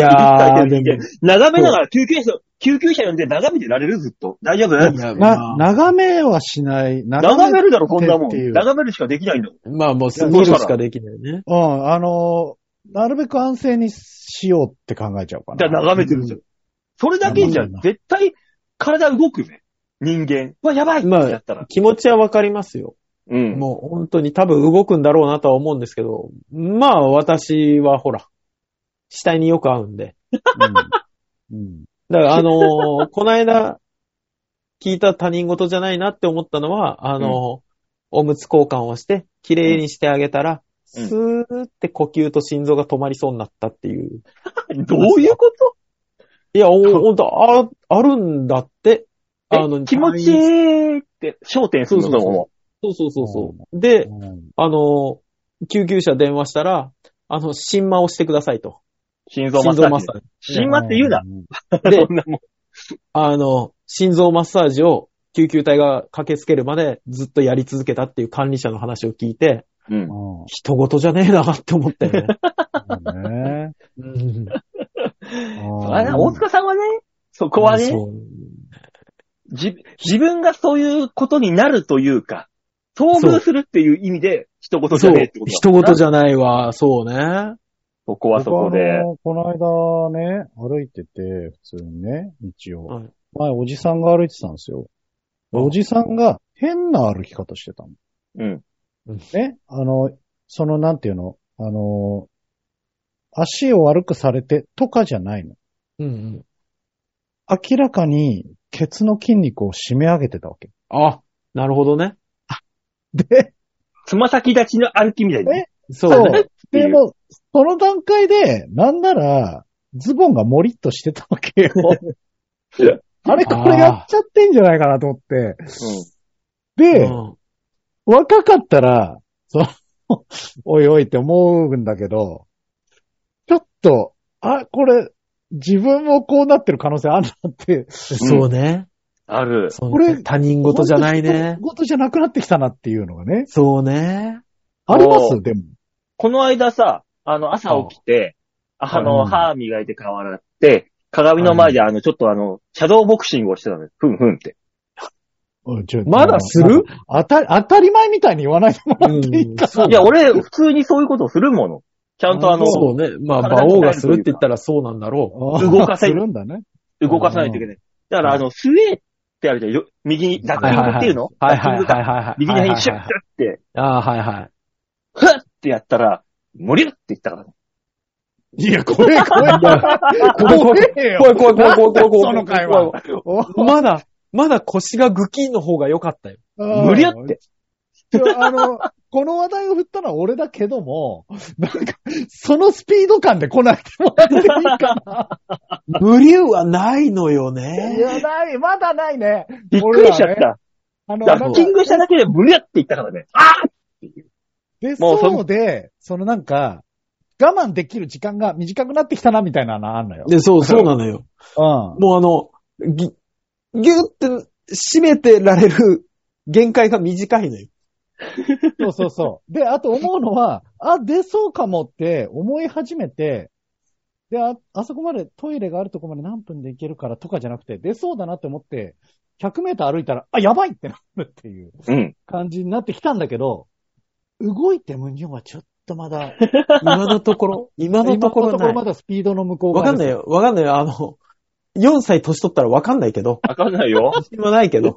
いやびきかいてる人間眺めながら救急車、救急車呼んで眺めてられる、ずっと。大丈夫いやな、眺めはしない。眺めるだろ、こんなもっていん。う眺めるしかできないんだもん。まあもうすいぐやしかできないね。うん、あのー、なるべく安静にしようって考えちゃうかじゃあな。眺めてるじゃん。それだけじゃうん、絶対、体動くぜ。人間。うわ、やばいってまあやったら。気持ちはわかりますよ。うん。もう本当に多分動くんだろうなとは思うんですけど、まあ私はほら、死体によく合うんで。うんうんだからあの ーこの間聞いた他人事じゃないなって思ったのは、あのーおむつ交換をして、綺麗にしてあげたら、うんスーって呼吸と心臓が止まりそうになったっていう。どういうこといや、おほんと、あ、あるんだって。あえ気持ちいいって、焦点するのそうそうそそうそうそうそう。うで、 んあのー救急車電話したら、あの、心魔をしてくださいと。心臓マッ心サ臓マーッジサ。ージ。心マって言うな。。んでそんなもん。あの、心臓マッサージを救急隊が駆けつけるまでずっとやり続けたっていう管理者の話を聞いて、うん。うん人事じゃねえなって思ったよね。そうね。 うんうんあれ大塚さんはね、そこはね、そうじ自分がそういうことになるというか、遭遇するっていう意味で、一言じそゃうねえってこと人事じゃ。ゃないわ、そうね。そこはそこ僕あで。のこの間ね、歩いてて、普通にね、道を。はい前、おじさんが歩いてたんですよ。おじさんが変な歩き方してたの。うん。ね、あの、その、なんていうのあの、足を悪くされてとかじゃないの。うんうん。明らかに、ケツの筋肉を締め上げてたわけ。あ、なるほどね。で、つま先立ちの歩きみたいな。えそう そね。う。でも、その段階で、なんなら、ズボンがモリッとしてたわけよいや。あれ、これやっちゃってんじゃないかなと思って。で、うん若かったら、その、 おいおいって思うんだけど、ちょっと、あ、これ、自分もこうなってる可能性あるなって、そうね。ある。そうねこれ他人事じゃないね人。事じゃなくなってきたなっていうのがね。そうね。ありまおすでも。この間さ、あの、朝起きて、あの、うん歯磨いて顔洗って、鏡の前であの、ちょっとあの、シャドーボクシングをしてたのよ。ふんふんって。うんちょまだする当たり、当たり前みたいに言わないでもらっていいかな。いや、俺、普通にそういうことをするもの。ちゃんとあの、そうね。まあ、馬王がするって言ったらそうなんだろあ ー動かせするんだね。動かさないといけない。だから、あの、スウェーってあるじゃん。よ右に、ダッキングっていうのはダいッキはングいはいか。はい。右にシュッシュッって、ああ、はいはい。ふっってやったら、無理だって言ったからね。いや、これ、これ、怖怖いえよ。怖い怖い怖い怖い怖い怖い。その会話怖い怖いまだ、まだ腰がグキンの方が良かったよ。無理だって。いやあの、この話題を振ったのは俺だけども、なんか、そのスピード感で来なくてもらっていいか無理はないのよな。いね。や、ない、まだないね。びっくりしちゃった。あの、ダッキングしただけで無理だって言ったからね。あーで、もうそそうで、そのなんか、我慢できる時間が短くなってきたな、みたいなのあんのよ。で、そう、そうなのよ。うもうあの、ぎ、ぎゅって締めてられる限界が短いのよ。ん。そうそうそう。で、あと思うのは、あ、出そうかもって思い始めて、で、あ、あそこまでトイレがあるとこまで何分で行けるからとかじゃなくて、出そうだなって思って、100メーター歩いたら、あ、やばいってなるっていううん。感じになってきたんだけど、動いてむにょはちょっとまだ、 今のところ、今今ののととこころなろいま。だスピードの向こうわ側かんないよ、わかんないよ。あの、4歳年取ったらわかんないけど。わかんないよ。今ない けど。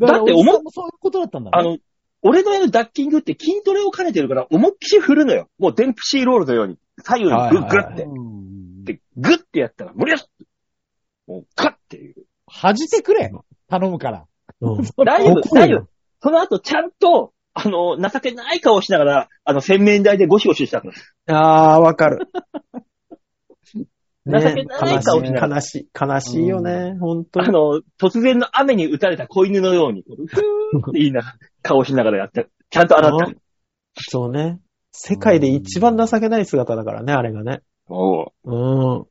だだっておじ思っさんもそういうことだったんだね。あの、俺のやるダッキングって筋トレを兼ねてるから、思いっきり振るのよ。もうデンプシーロールのように。左右にグッグッて。うんで、グッてやったら、無理だもう、カッっていう。恥じてくれ頼むから。うん大丈夫、大怒る丈夫よ。その後、ちゃんと、あの、情けない顔しながら、あの、洗面台でゴシゴシしたの。ああ、わか る。ね情けない顔しながら悲しい、悲しいよね、本当あに。の、突然の雨に打たれた子犬のように、ふーって言いながら、顔しながらやって、ちゃんと洗った。 そうね。世界で一番情けない姿だからね、あれがね。もうん。う、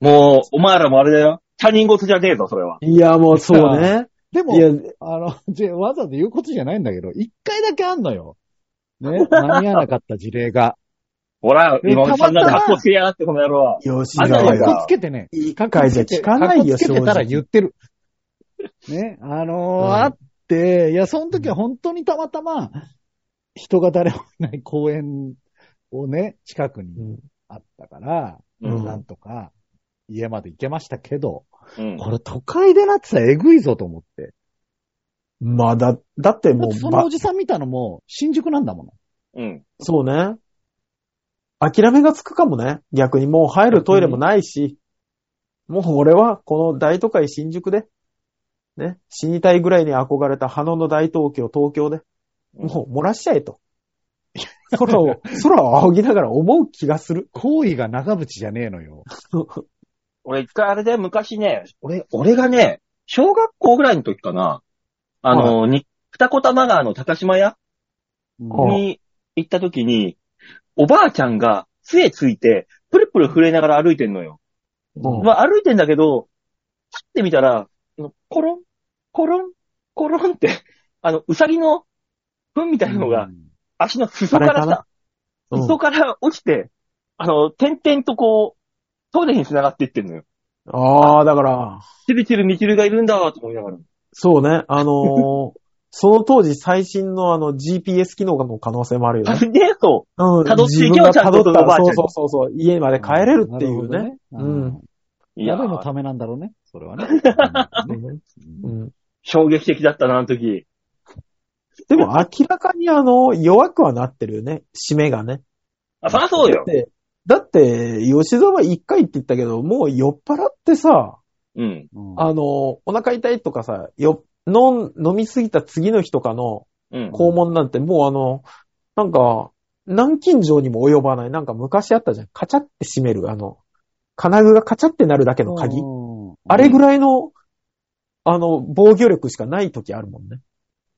もうお前らもあれだよ。他人事じゃねえぞ、それは。いや、もうそう ね。でもい、や、あの、じゃわざわざ言うことじゃないんだけど、一回だけあんのよ。 ね、間に合わなかった事例が。ほら、え今までそんなたまたま格好つけやがって、この野郎は。吉あんなかの野よが。っこつけてね。いい機会じゃ聞かないよ、かっこつけてたら言正ってる。ね、あのーうんあって、いや、その時は本当にたまたま、人が誰もいない公園をね、近く直にあったから、うんなんとか、家まで行けましたけど、うんこれ都会でなってたらえぐいぞと思って。まあ、だ、だってだもっうて、そばのおじさん見たのも、新宿なんだもの。うん。そうね。諦めがつくかもね。逆にもう入るトイレもないし、もう俺はこの大都会新宿で、ね、死にたいぐらいに憧れた花野の大東京、東京で、もう漏らしちゃえと。空を、空を仰ぎながら思う気がする。行為が長渕じゃねえのよ。俺一回あれで昔ね、俺、俺がね、小学校ぐらいの時かな。あの、に、二子玉川の高島屋うんに行った時に、おばあちゃんが杖ついて、プルプル震えながら歩いてんのよ。うんまあ歩いてんだけど、立ってみたら、コロン、コロン、コロンって、あの、うさぎの糞みたいのが、足の裾かあれらかなさ、うん裾から落ちて、あの、点々とこう、トイレに繋がっていってんのよ。ああ、だから、チルチルミチルがいるんだと思いながら。そうね、あのー その当時最新のあの GPS 機能の可能性もあるよね。 ねそう辿っうん。てい自けよ分がちゃん辿とったおばあちら、ゃんそにうそうそうそう、家まで帰れるっていうね。。なるほどね。いややべのー、ためなんだろうね。それ はね。うん衝撃的だったな、あの時。でも明らかにあの、弱くはなってるよね。締めがね。あ、そりゃそうよ。で、だって、吉沢一回って言ったけど、もう酔っ払ってさ、うん。うんあの、お腹痛いとかさ、よ、飲ん、飲みすぎた次の日とかのうん。肛門なんてもうあの、なんか、南京錠にも及ばない。なんか昔あったじゃん。カチャって閉める。あの、金具がカチャってなるだけの鍵。うんあれぐらいの、あの、防御力しかない時あるもんね。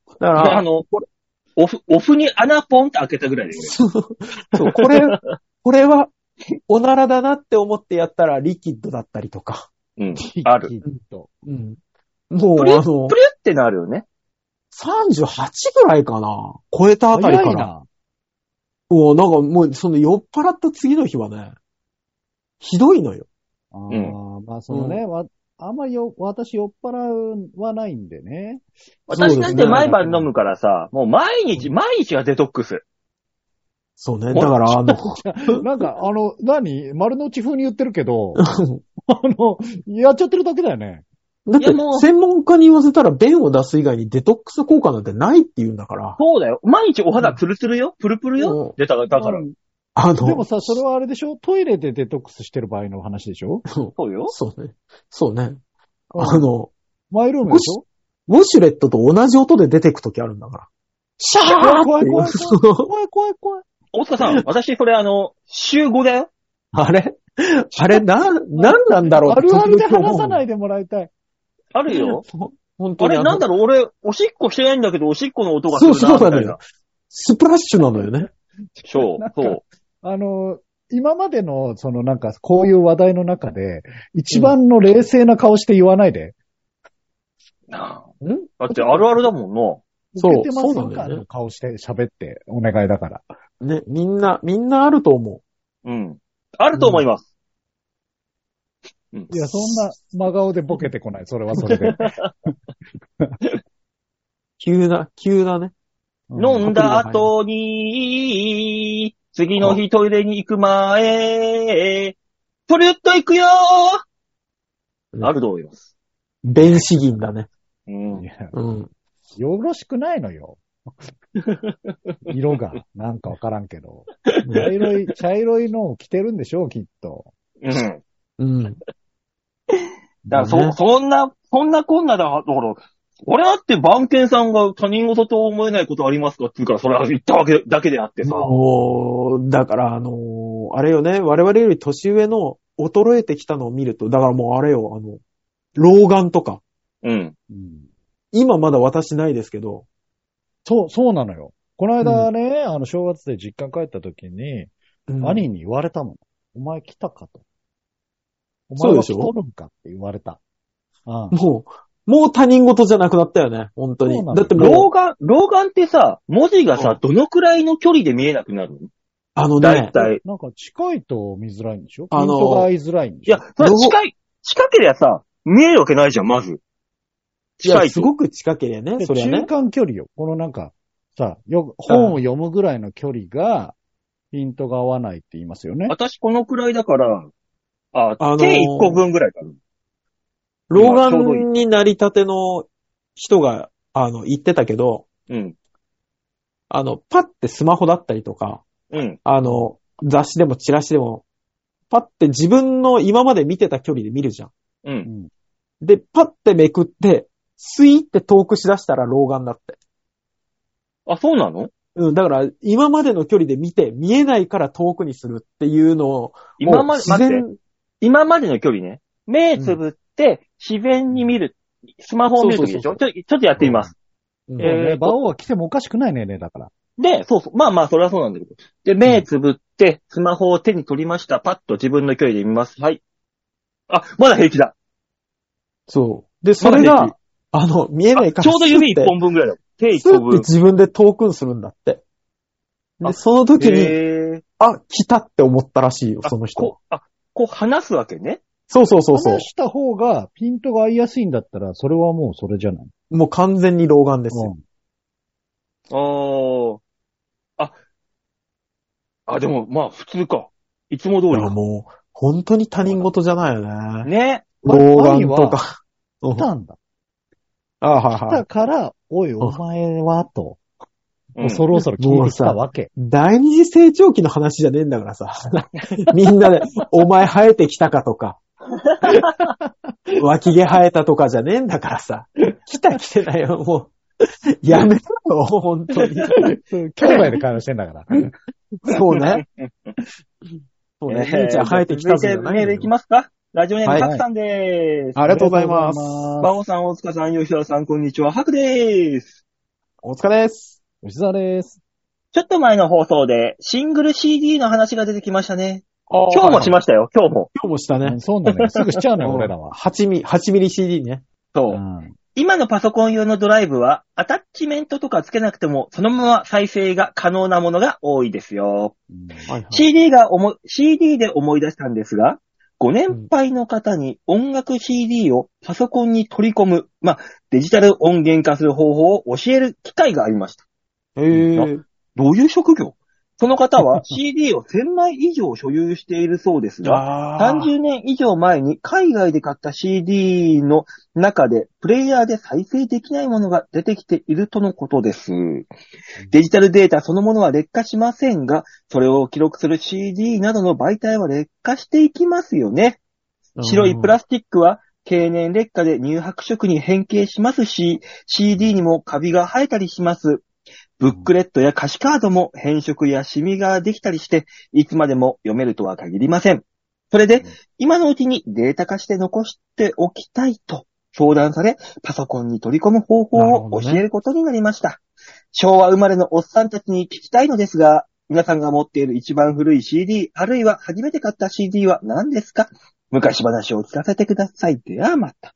だかあら、あの、オフ、オフに穴ポンって開けたぐらいで。そう、 これ、これは、おならだなって思ってやったら、リキッドだったりとか。うん。ある。きっとうん。もう、プあリュの、ッ、プリュッってなるよね。 38ぐらいかな。超えたあたり早かいら。な。もう、なんかもう、その酔っ払った次の日はね、ひどいのよ。あーまあ、そのね、わあんまりよ、私酔っ払うはないんでね。 私なんて毎晩そうですね飲むからさ、もう毎日、毎日がデトックス。そうね。だから、 あの、なんか、あ の、何丸の内風に言ってるけど、あの、やっちゃってるだけだよね。だっいやもうて、専門家に言わせたら便を出す以外にデトックス効果なんてないって言うんだから。そうだよ。毎日お肌ツルツルよ。プルプルうんよ。出た、だからう。んあの、でもさ、それはあれでしょトイレでデトックスしてる場合の話でしょそうそうよ。そうね。そうね。あの、マイルームでしょウォシュレットと同じ音で出てくときあるんだから。シャーって怖い怖い怖いそ の怖い怖い怖い。大塚さん、私これあの、週5だよ。 あれあれ、な、なんなんだろう。あるあるで話さないいでもらいたい。あるよ。本当あにれなんだろろう俺、おしっこしてないんだけど、おしっこの音がするな。そうそうなのよみたいなスプラッシュなのよね。そうなん、かそう。あの、今までの、そのなんか、こういう話題の中で、一番の冷静な顔して言わないで。なあんだってあるあるだもそう受けてますそうなんだかよねの顔して喋って、お願いだから。ね、みんな、みんなあると思んな。うん。あると思います。うんい。や、そんな真顔でボケてこない。それはそれ で。う。急な、急なね。飲んだ後に、次の日トイレに行く前、トリュッと行くようんーあると思います。弁士銀だね。うんい。やうん。よろしくない のよ。色が、なんかわからんけど。茶色い、茶色いのを着てるんでしょう、きっと。うん。うん。だから、そ、そんな、そんなこんなだ、だから、俺だって番犬さんが他人事と思えないことありますかって言うから、それは言ったわけだけであってさ。もう、だから、あのーあれよね、我々より年上の衰えてきたのを見ると、だからもうあれよ、あの、老眼とか、うん。うん今まだ私ないですけど、そう、そうなのよ。この間ね、あの、正月で実家帰った時に、うん兄に言われたもん。お前来たかと。おそう前ではし来ょとるんかって言われた。うん。もう、もう他人事じゃなくなったよね、本当そにうな。のだって老もう、眼、老眼ってさ、文字がさ、どのくらいの距離で見えなくなるのあの大ね、体。なんか近いと見づらいんでしょピあのントが合いづらいんでいしょや、それ老近い、近ければさ、見えるわけないじゃん、まず。い近や、いすと。ごく近ければね、でそれは中ね。間距離よ。このなんか、さ、よ、本を読むぐらいの距離が、ピントが合わないって言いますよね。私このくらいだから、あ、あのー手1個分ぐらいかな。老ちょうどいい眼になりたての人が、あの、言ってたけど、うん。あの、パってスマホだったりとか、うん。あの、雑誌でもチラシでも、パって自分の今まで見てた距離で見るじゃん。う。うんん。で、パってめくって、スイって遠くしだしたら老眼だって。あ、そうなのうん、だから、今までの距離で見て、見えないから遠くにするっていうのを、今まで、もう待自って然、、今までの距離ね。目つぶって、自然に見る。スマホを見るときでしょちょちょっとやってみます。うんえーねとバオは来てもおかしくないね、ね、だから。で、そうそう。まあまあ、それはそうなんだけど。で、目つぶって、スマホを手に取りました。パッと自分の距離で見ます。はい。あ、まだ平気だ。そう。で、それまだが、あの、見えないあからちょうど指1スッて本分ぐらいだ。手1スッ個て分。自分で遠くにするんだって。で、あその時に、へーあ、来たって思ったらしいよ、あその人。こう、あ、こう話すわけね。そうそうそうそう話。した方がピントが合いやすいんだったら、それはもうそれじゃない。もう完全に老眼ですよ。ああ。あ。あ、でも、まあ、普通か。いつも通りいや、か。もう、本当に他人事じゃないよね。ね。ま老眼とか。うん。来たんだ。ああ、来はいはたい。から、おい、んお前は、と。うんそろそろ聞いてきたわけ。第二次成長期の話じゃねえんだからさ。 みんなで、お前生えてきたかとか、脇毛生えたとかじゃねえんだからさ。来た来てないよ、もう。やめろよ、本当に。そう兄弟で会話してんだから。そうね。そうね、えー兄ちゃん生えてきたぞじゃ続いてないメーよルいきますかラジオネーム、はいハクさんでーす。ありがとうございますバオさん、大塚さん、吉田さん、こんにちは。ハクでーす。お疲れです。吉沢です。ちょっと前の放送で、シングル CD の話が出てきましたね。今今日もしましたよ、今日も。今日もしたうねん。そう なのよ。すぐしちゃうのよ、俺らは。 8ミリ、8ミリ CD ね。そうう。ん。今のパソコン用のドライブは、アタッチメントとかつけなくても、そのまま再生が可能なものが多いですよ。うんはいはい。 CD が思い、CD で思い出したんですが、ご年配の方に音楽 CD をパソコンに取り込む、まあ、デジタル音源化する方法を教える機会がありました。えー、どういう職業その方は CD を1000枚以上所有しているそうですが、あ30年以上前に海外で買った CD の中でプレイヤーで再生できないものが出てきているとのことです。デジタルデータそのものは劣化しませんが、それを記録する CD などの媒体は劣化していきますよね。白いプラスチックは経年劣化で乳白色に変形しますし、CD にもカビが生えたりします。ブックレットや歌詞カードも変色やシミができたりして、いつまでも読めるとは限りません。それで、今のうちにデータ化して残しておきたいと相談され、パソコンに取り込む方法を教えることになりました。昭和生まれのおっさんたちに聞きたいのですが、皆さんが持っている一番古い CD、あるいは初めて買った CD は何ですか昔話を聞かせてください。ではまた。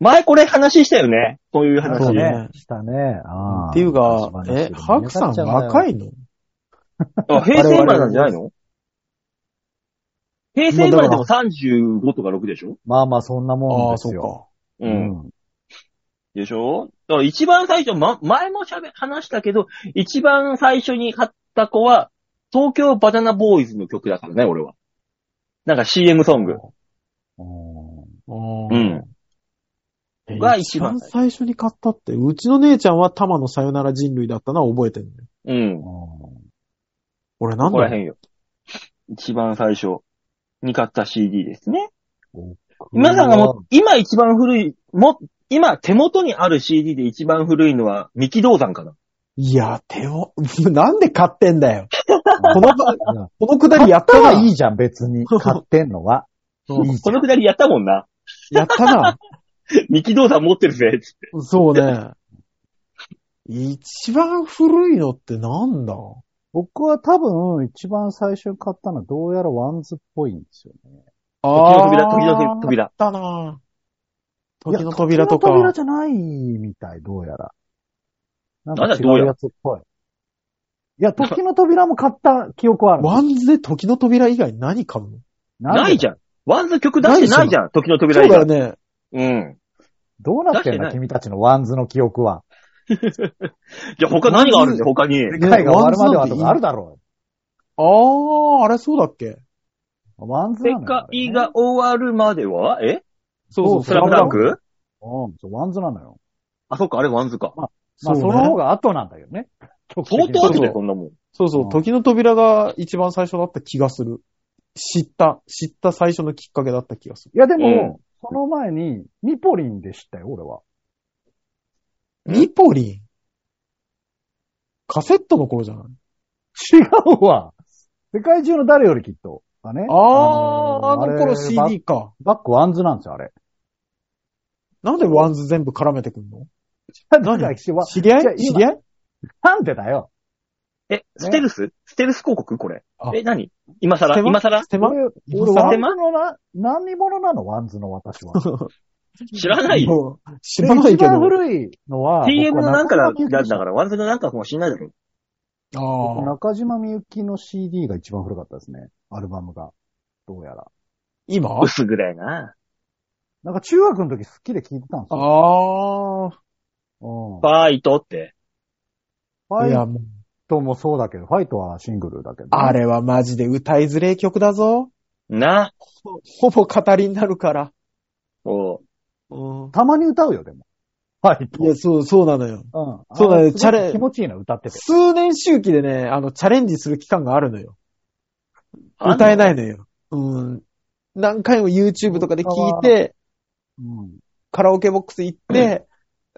前これ話したよね。そういう話。そうねしたね。あーっていうか、え、ハクさん若いのあ平成生まれなんじゃないの平成生まれでも35とか6でしょまあまあ、そんなあもんあ、でそすうよ。か。う。うんでしょだから一番最初、ま、前も喋、話したけど、一番最初に買った子は、東京バナナボーイズの曲だからね、俺は。なんか CM ソング。うんう。うんが一番最初に買ったって、うちの姉ちゃんは玉のさよなら人類だったのは覚えてるうん。こ俺なんこらだ辺よよ。一番最初に買った CD ですね。皆さんがも、今一番古い、も、今手元にある CD で一番古いのは、三木道山かな。いや、手を、 なんで買ってんだよ。この、このくだ買りやっったたな。はいいじゃん、別 に。買ってんのは。うんいいじこのくだりやったもんな。やったな。三木道山持ってるぜ、つって。そうね。一番古いのってなんだ 僕は多分、一番最初に買ったのは、どうやらワンズっぽいんですよね。時の扉、時の扉。だな時いやの扉とか。時の扉じゃないみたい、どうやら。なんなんかだどう違やうやつっぽい。いや、時の扉も買った記憶はある。ワンズで時の扉以外何買うのなでいじゃん。ワンズ曲出してないじゃん。時の扉そう以だよ外。ね。うん。どうなって出しんてなだ、い君たちのワンズの記憶は。じゃあ他何があるんだよ、他に。ね世界が終わるまではとかあるだろあー、あれそうだっけう。ワンズな世のよ。界が終わるまでは、えそうそうスラムダンクうん、そうワンズなのよ。あ、そっか、あれワンズか。まあ、そそうねの方が後なんだけどね。相当後そうで、そうそんなもん。そうそうう、ん時の扉が一番最初だった気がする。知った、知った最初のきっかけだった気がする。いや、でうんも、その前に、ミポリンでしたよ、俺は。んニポリン。カセットの頃じゃない違うわ。世界中の誰よりきっと。だね。あー、あのーの頃あれバ CD か。バックワンズなんですよ、あれ。なんでワンズ全部絡めてくんの何何わ知り合じゃあい今知り合いなんでだよ。え、ステルスステルス広告これあ。え、何今更ステマ今更ステマ俺、今俺、更ワンズのな、何者なの、ワンズの私 は。知らないよ。もう知らないでけ一ど。番古いのは、 CM のなんかだだら。から、ワンズのなんかかもしんないだろ。あー中島みゆきの CD が一番古かったですね。アルバムが。どうやら。今薄ぐらいな。なんか中学の時好きで聴いてたんですよ。あうんファイトって。フあ。いァや、イもう、トもそうだけど、ファイトはシングルだけどね、あれはマジで歌いづれえ曲だぞ。な。ほほぼ語りになるから。そううん。たまに歌うよ、でも。ファイト。いや、そう、そうなのよ。うん。そうだねあれすごくチャレ気持ちいいな、歌ってて。数年周期でね、あの、チャレンジする期間があるのよ。あんの歌えないのよ。うん。何回も YouTube とかで聞いて、うん。カラオケボックス行って、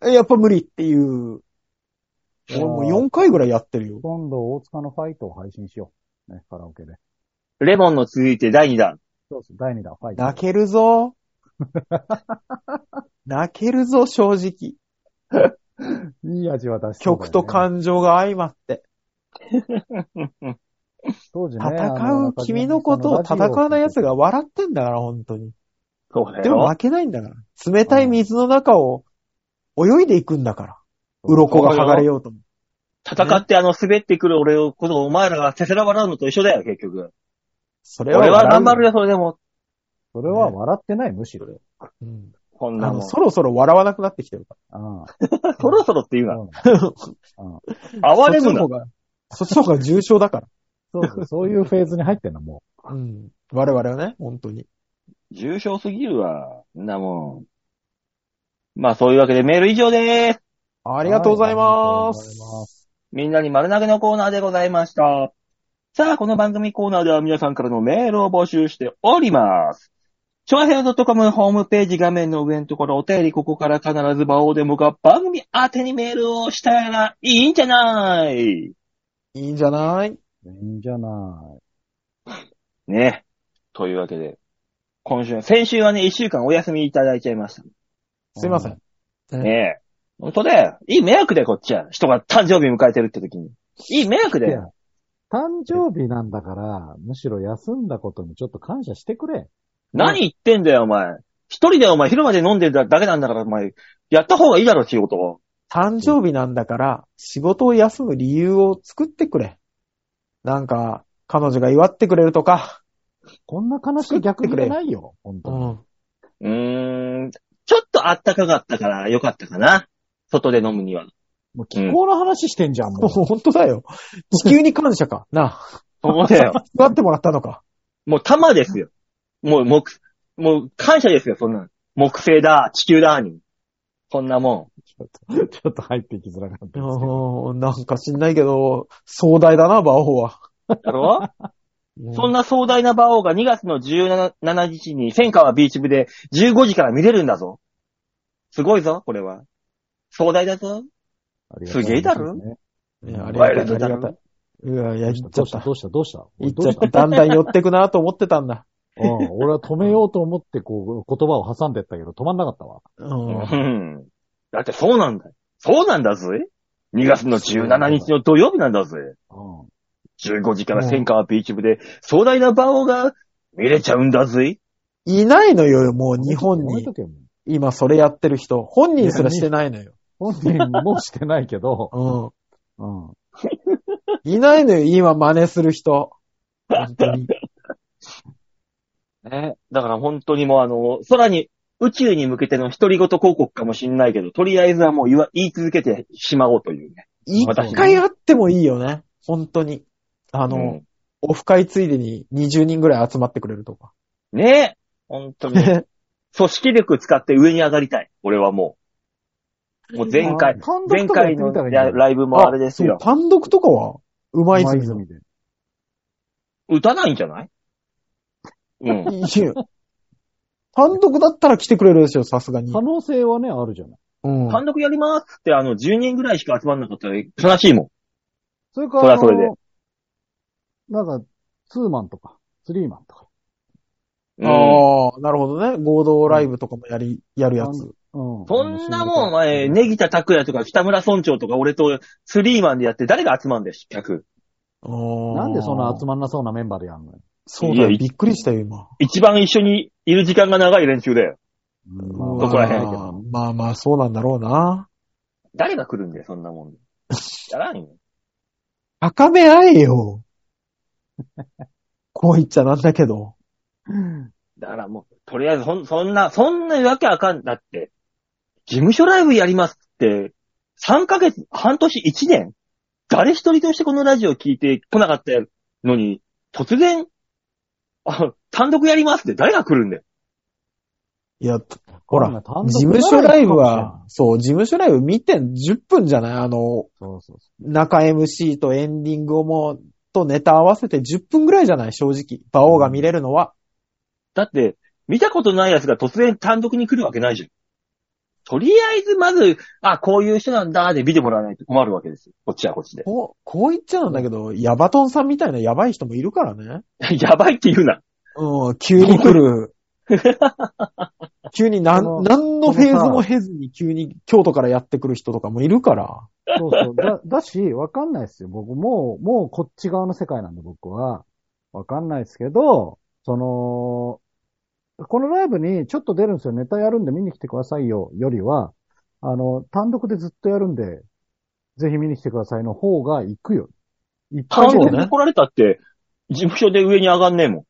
やっぱ無理っていう。俺もう4回ぐらいやってるよ。今度、大塚のファイトを配信しよう。ね、カラオケで。レモンの続いて第2弾。そうそう、第2弾、ファイト。泣けるぞ。泣けるぞ、正直。いい味は出して、曲と。感情が相まって。当時ね、戦う君のことを戦わない奴が笑ってんだから、本当に。そうだでもよ。負けないんだから。冷たい水の中を泳いでいくんだから。鱗が剥がれようとも。戦ってあの滑ってくる俺を、このお前らがせせら笑うのと一緒だよ、結局。それは俺は頑張るよ。よ、それでも。それは笑ってない、むしろ。うんこんあなの、の。そろそろ笑わなくなってきてるかうん。そろそろって言うな。うん哀ら。れむそっちのな方。がそっちの方が重症だから。そうそう、そういうフェーズに入ってんの、もうん。我々はね、本当に。重症すぎるわ。んなもん。まあそういうわけでメール以上でーす。 あう。りがとうございまありすがとう。ございます。みんなに丸投げのコーナーでございました。さあ、この番組コーナーでは皆さんからのメールを募集しております。超平洋 .com ホームページ画面の上のところお便りここから必ず場をデモが番組宛てにメールをしたらいいんじゃないいいんじゃないいいんじゃない。ね。というわけで、今週、先週はね、一週間お休みいただいちゃいました。すいません。ねえ。本当だよ。いい迷惑だよ、こっちは。人が誕生日迎えてるって時に。いい迷惑だいやよ。、誕生日なんだから、むしろ休んだことにちょっと感謝してくれ。何言ってんだよ、お前。一人でお前、昼まで飲んでるだけなんだから、お前、やった方がいいだろ、仕事を。誕生日なんだから、仕事を休む理由を作ってくれ。なんか、彼女が祝ってくれるとか。こんな悲しい逆にないよ、本当ん。に。うーん。ちょっとあったかかったから、よかったかな。外で飲むには。もう気候の話してんじゃん、も う。本当だよ。地球に感謝か。なあ、そうだよ。祝ってもらったのか。 もう玉ですよ。もう、木、もう、感謝ですよ、そんなん。木星だ、地球だ、に。こんなもちょっと入ってきづらかったですけどうん、なんか知んないけど、壮大だな、バオホは。ん。だろそんな、な壮大な馬王が2月の17日に千川ビーチ部で15時から見れるんだぞ。すごいぞ、これは。壮大だぞ。ありがすたげえだろねいやありワイがルたい、ドありだがろたい。うわ、いや、行っちゃどうっしたたど。うしたどうした行っちゃった。だんだん寄ってくなと思ってたんだ。うん俺は止めようと思って、こう、言葉を挟んでったけど、止まんなかったわ。うん。うん。だってそうなんだよ。そうなんだぜ。2月の17日の土曜日なんだぜ。うん。 15時から千川ビーチ部で壮大な馬王が見れちゃうんだぜ。いないのよ、もう日本置いにと。けよもう今それやってる人。本人すらしてないのよ。本人もしてないけど、うん。うん。いないのよ、今真似する人。本当に。ね。だから本当にもうあの、空に、宇宙に向けての独り言広告かもしんないけど、とりあえずはもう言わ言い続けてしまおうというね。一回あってもいいよね。本当に。あの、うんオフ会ついでに20人ぐらい集まってくれるとか。ねえ。本 当に。 組織力使って上に上がりたい。俺はもう。もう前回、単前独とかや回ってみのたらいいんじゃないライブもあれですよ。単独とかは、うまいず今泉で。歌ないんじゃない うん。単独だったら来てくれるでしょ、さすがに可。能性はね、あるじゃない。うん。単独やりますって、あの、10人ぐらいしか集まんなかったら悲しいもそれかそれはら、それであのなんか、ツーマンとか、スリーマンとか。ん。うんああ、なるほどね。合同ライブとかもやり、やるやつ。うん。そんなもん、お前、ネギタ拓也とか北村村長とか俺とスリーマンでやって誰が集まんだよ、客。ななんでそんな集ままんなそうなメンバーでやんのよ。そうだよいやびっくりしたよ、今。一番一緒にいる時間が長い連中だよ。うんどこら辺うわーまあまあ、そうなんだろうな。誰が来るんだよ、そんなもん。やらんよ。高め合え よ。こう言っちゃなんだけど。だからもう、とりあえず、そん、そんな、そんなわけあかんだって。事務所ライブやりますって、3ヶ月、半年、1年誰一人としてこのラジオ聞いてこなかったのに、突然、あ、単独やりますって誰が来るんだよ。いや、ほら、今単独事務所ライブならいいかもしれはん、そう、事務所ライブ見て10分じゃないあの、そうそうそ中 MC とエンディングをも、とネタ合わせて10分ぐらいじゃない正直。馬王が見れるのは。だって、見たことない奴が突然単独に来るわけないじゃん。とりあえず、まず、あ、こういう人なんだ、で見てもらわないと困るわけですよ。こっちはこっちで。 こう、こう言っちゃうんだけど、ヤバトンさんみたいなヤバい人もいるからね。やばいって言うな。うん、急に来る。 急になんこの何のフェーズも経ずに急に京都からやってくる人とかもいるから。う。そうそう。だ、だし、わかんないですよ。僕、もう、もうこっち側の世界なんで僕は。わかんないですけど、その、このライブにちょっと出るんですよ。ネタやるんで見に来てくださいよ。よりは、あの、単独でずっとやるんで、ぜひ見に来てくださいの方が行くよ。いっぱい単出独るに来られたって、事務所で上に上がんねえもん。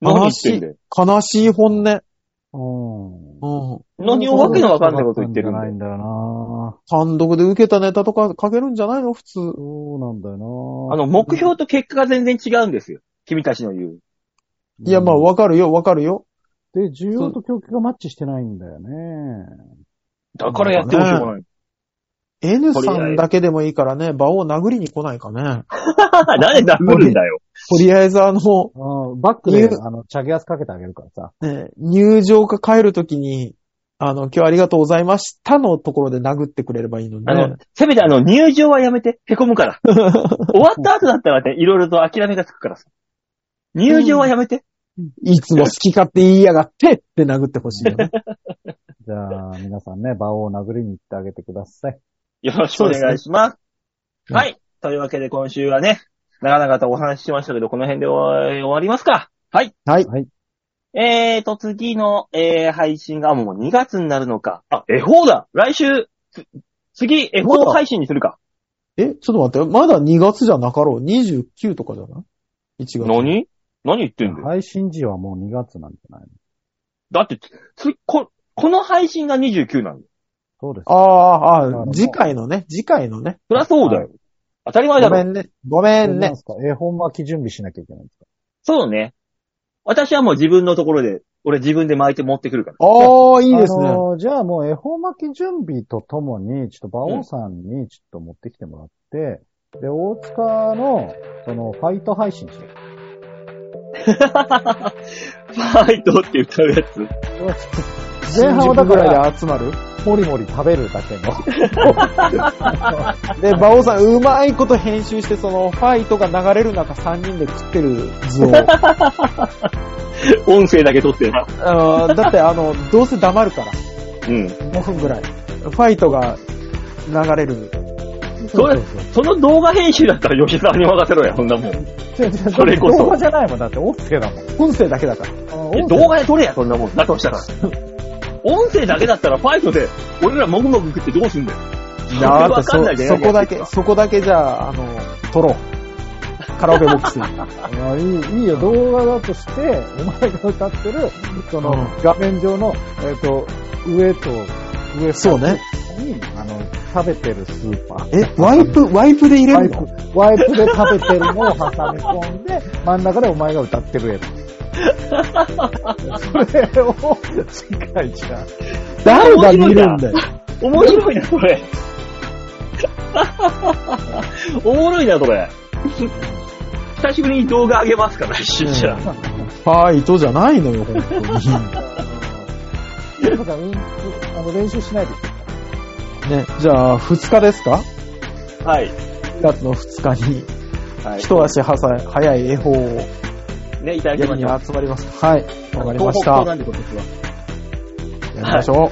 何言ってんだよ。悲しい本音。うん。うん。何をわけのわかんないこと言ってるんんじだゃなよいんだよな単独で受けたネタとか書けるんじゃないの普通。そうなんだよなあの、目標と結果が全然違うんですよ。君たちの言う。いや、まあ、わかるよ、わかるよ。で、需要と供給がマッチしてないんだよね。だからやってもしょうがない。 N さんだけでもいいからね、場を殴りに来ないかね。 誰だ、無理だよ。とりあえずあの、うん、バックで言、うあの、チャゲアスかけてあげるからさ。ね、入場か帰るときに、あの、今日はありがとうございましたのところで殴ってくれればいいのにあのね。、せめてあの、入場はやめて、凹むから。終わった後だったらね、いろいろと諦めがつくからさ。入場はやめて。いつも好き勝手言いやがってって殴ってほしい よね。じゃあ、皆さんね、場を殴りに行ってあげてください。よろしくお願いします。はい。というわけで今週はね、長々とお話ししましたけど、この辺で終わりますか。はい。はいはい。えーと、次の、えー配信がもう2月になるのか。あ、絵法だ来週、つ次、絵法配信にするか。え、ちょっと待ってよ、まだ2月じゃなかろう。29とかじゃない ?1 月。何何言ってんだよ。配信時はもう2月なんじゃないのだって、つ、こ、この配信が29なんだよ。そうです。ああ、ああ、次回のね、次回のね。そりゃそうだよ。当たり前だごろめ。んね。ごめんなんねで。すか絵本巻き準備しなきゃいけないんですかそうね。私はもう自分のところで、俺自分で巻いて持ってくるから。ああ、いいですあね。のーじゃあもう絵本巻き準備とともに、ちょっと馬王さんにちょっと持ってきてもらって、で、大塚の、その、ファイト配信しよう。ファイトって言ったやつ。前半はだぐからら、いで集ま る。もりもり食べるだけの。 で、馬王さん、うまいこと編集して、その、ファイトが流れる中、3人で食ってる図 を。音声だけ撮ってな。あーだって、あの、どうせ黙るから、うん。 5分ぐらい。ファイトが流れる。それ、その動画編集だったら吉沢に任せろや、そんなもん。そそれこそ動画じゃないもん、だって音声だもん。音声だけだから。音声動画で撮れや、そんなもん。だとしたら。音声だけだったらファイトで、俺らもぐもぐ食ってどうすんだよ。いやわかんないじゃんそそこだけ、そこだけじゃあ、あの、撮ろう。カラオケボックスに。あいい、いいよ、動画だとして、お前が歌ってる、そのうん、画面上の、えっ、と、上と、上そうね。に、あの、食べてるスーパー。え、ワイプ、ワイプで入れワイるプの、ワイプで食べてるのを挟み込んで、真ん中でお前が歌ってる 絵。それを、次回じゃ誰が見るんだよ。面白いな、そ れ。おもろいな、それ。久しぶりに動画上げますから、来週じゃあ。ファイトじゃないのよ、本当 に。あ、なんか、うん、あの、練習しないで。ね、じゃあ、2日ですかはい。 ?2 月の2日に、はい。一足はさ早い絵法をね、いただやきりましにょう。集まります。はい、わかりまし東北東た。南で今年はやりましょ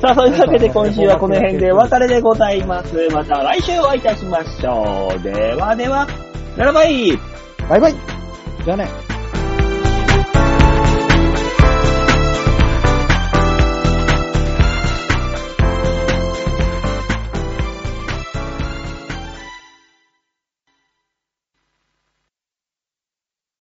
さあ、そういうわけで今週はこの辺でお別れでございます。また来週お会いいたしましょう。ではでは、ならばいい。う。バイバイじゃあバね。イバイ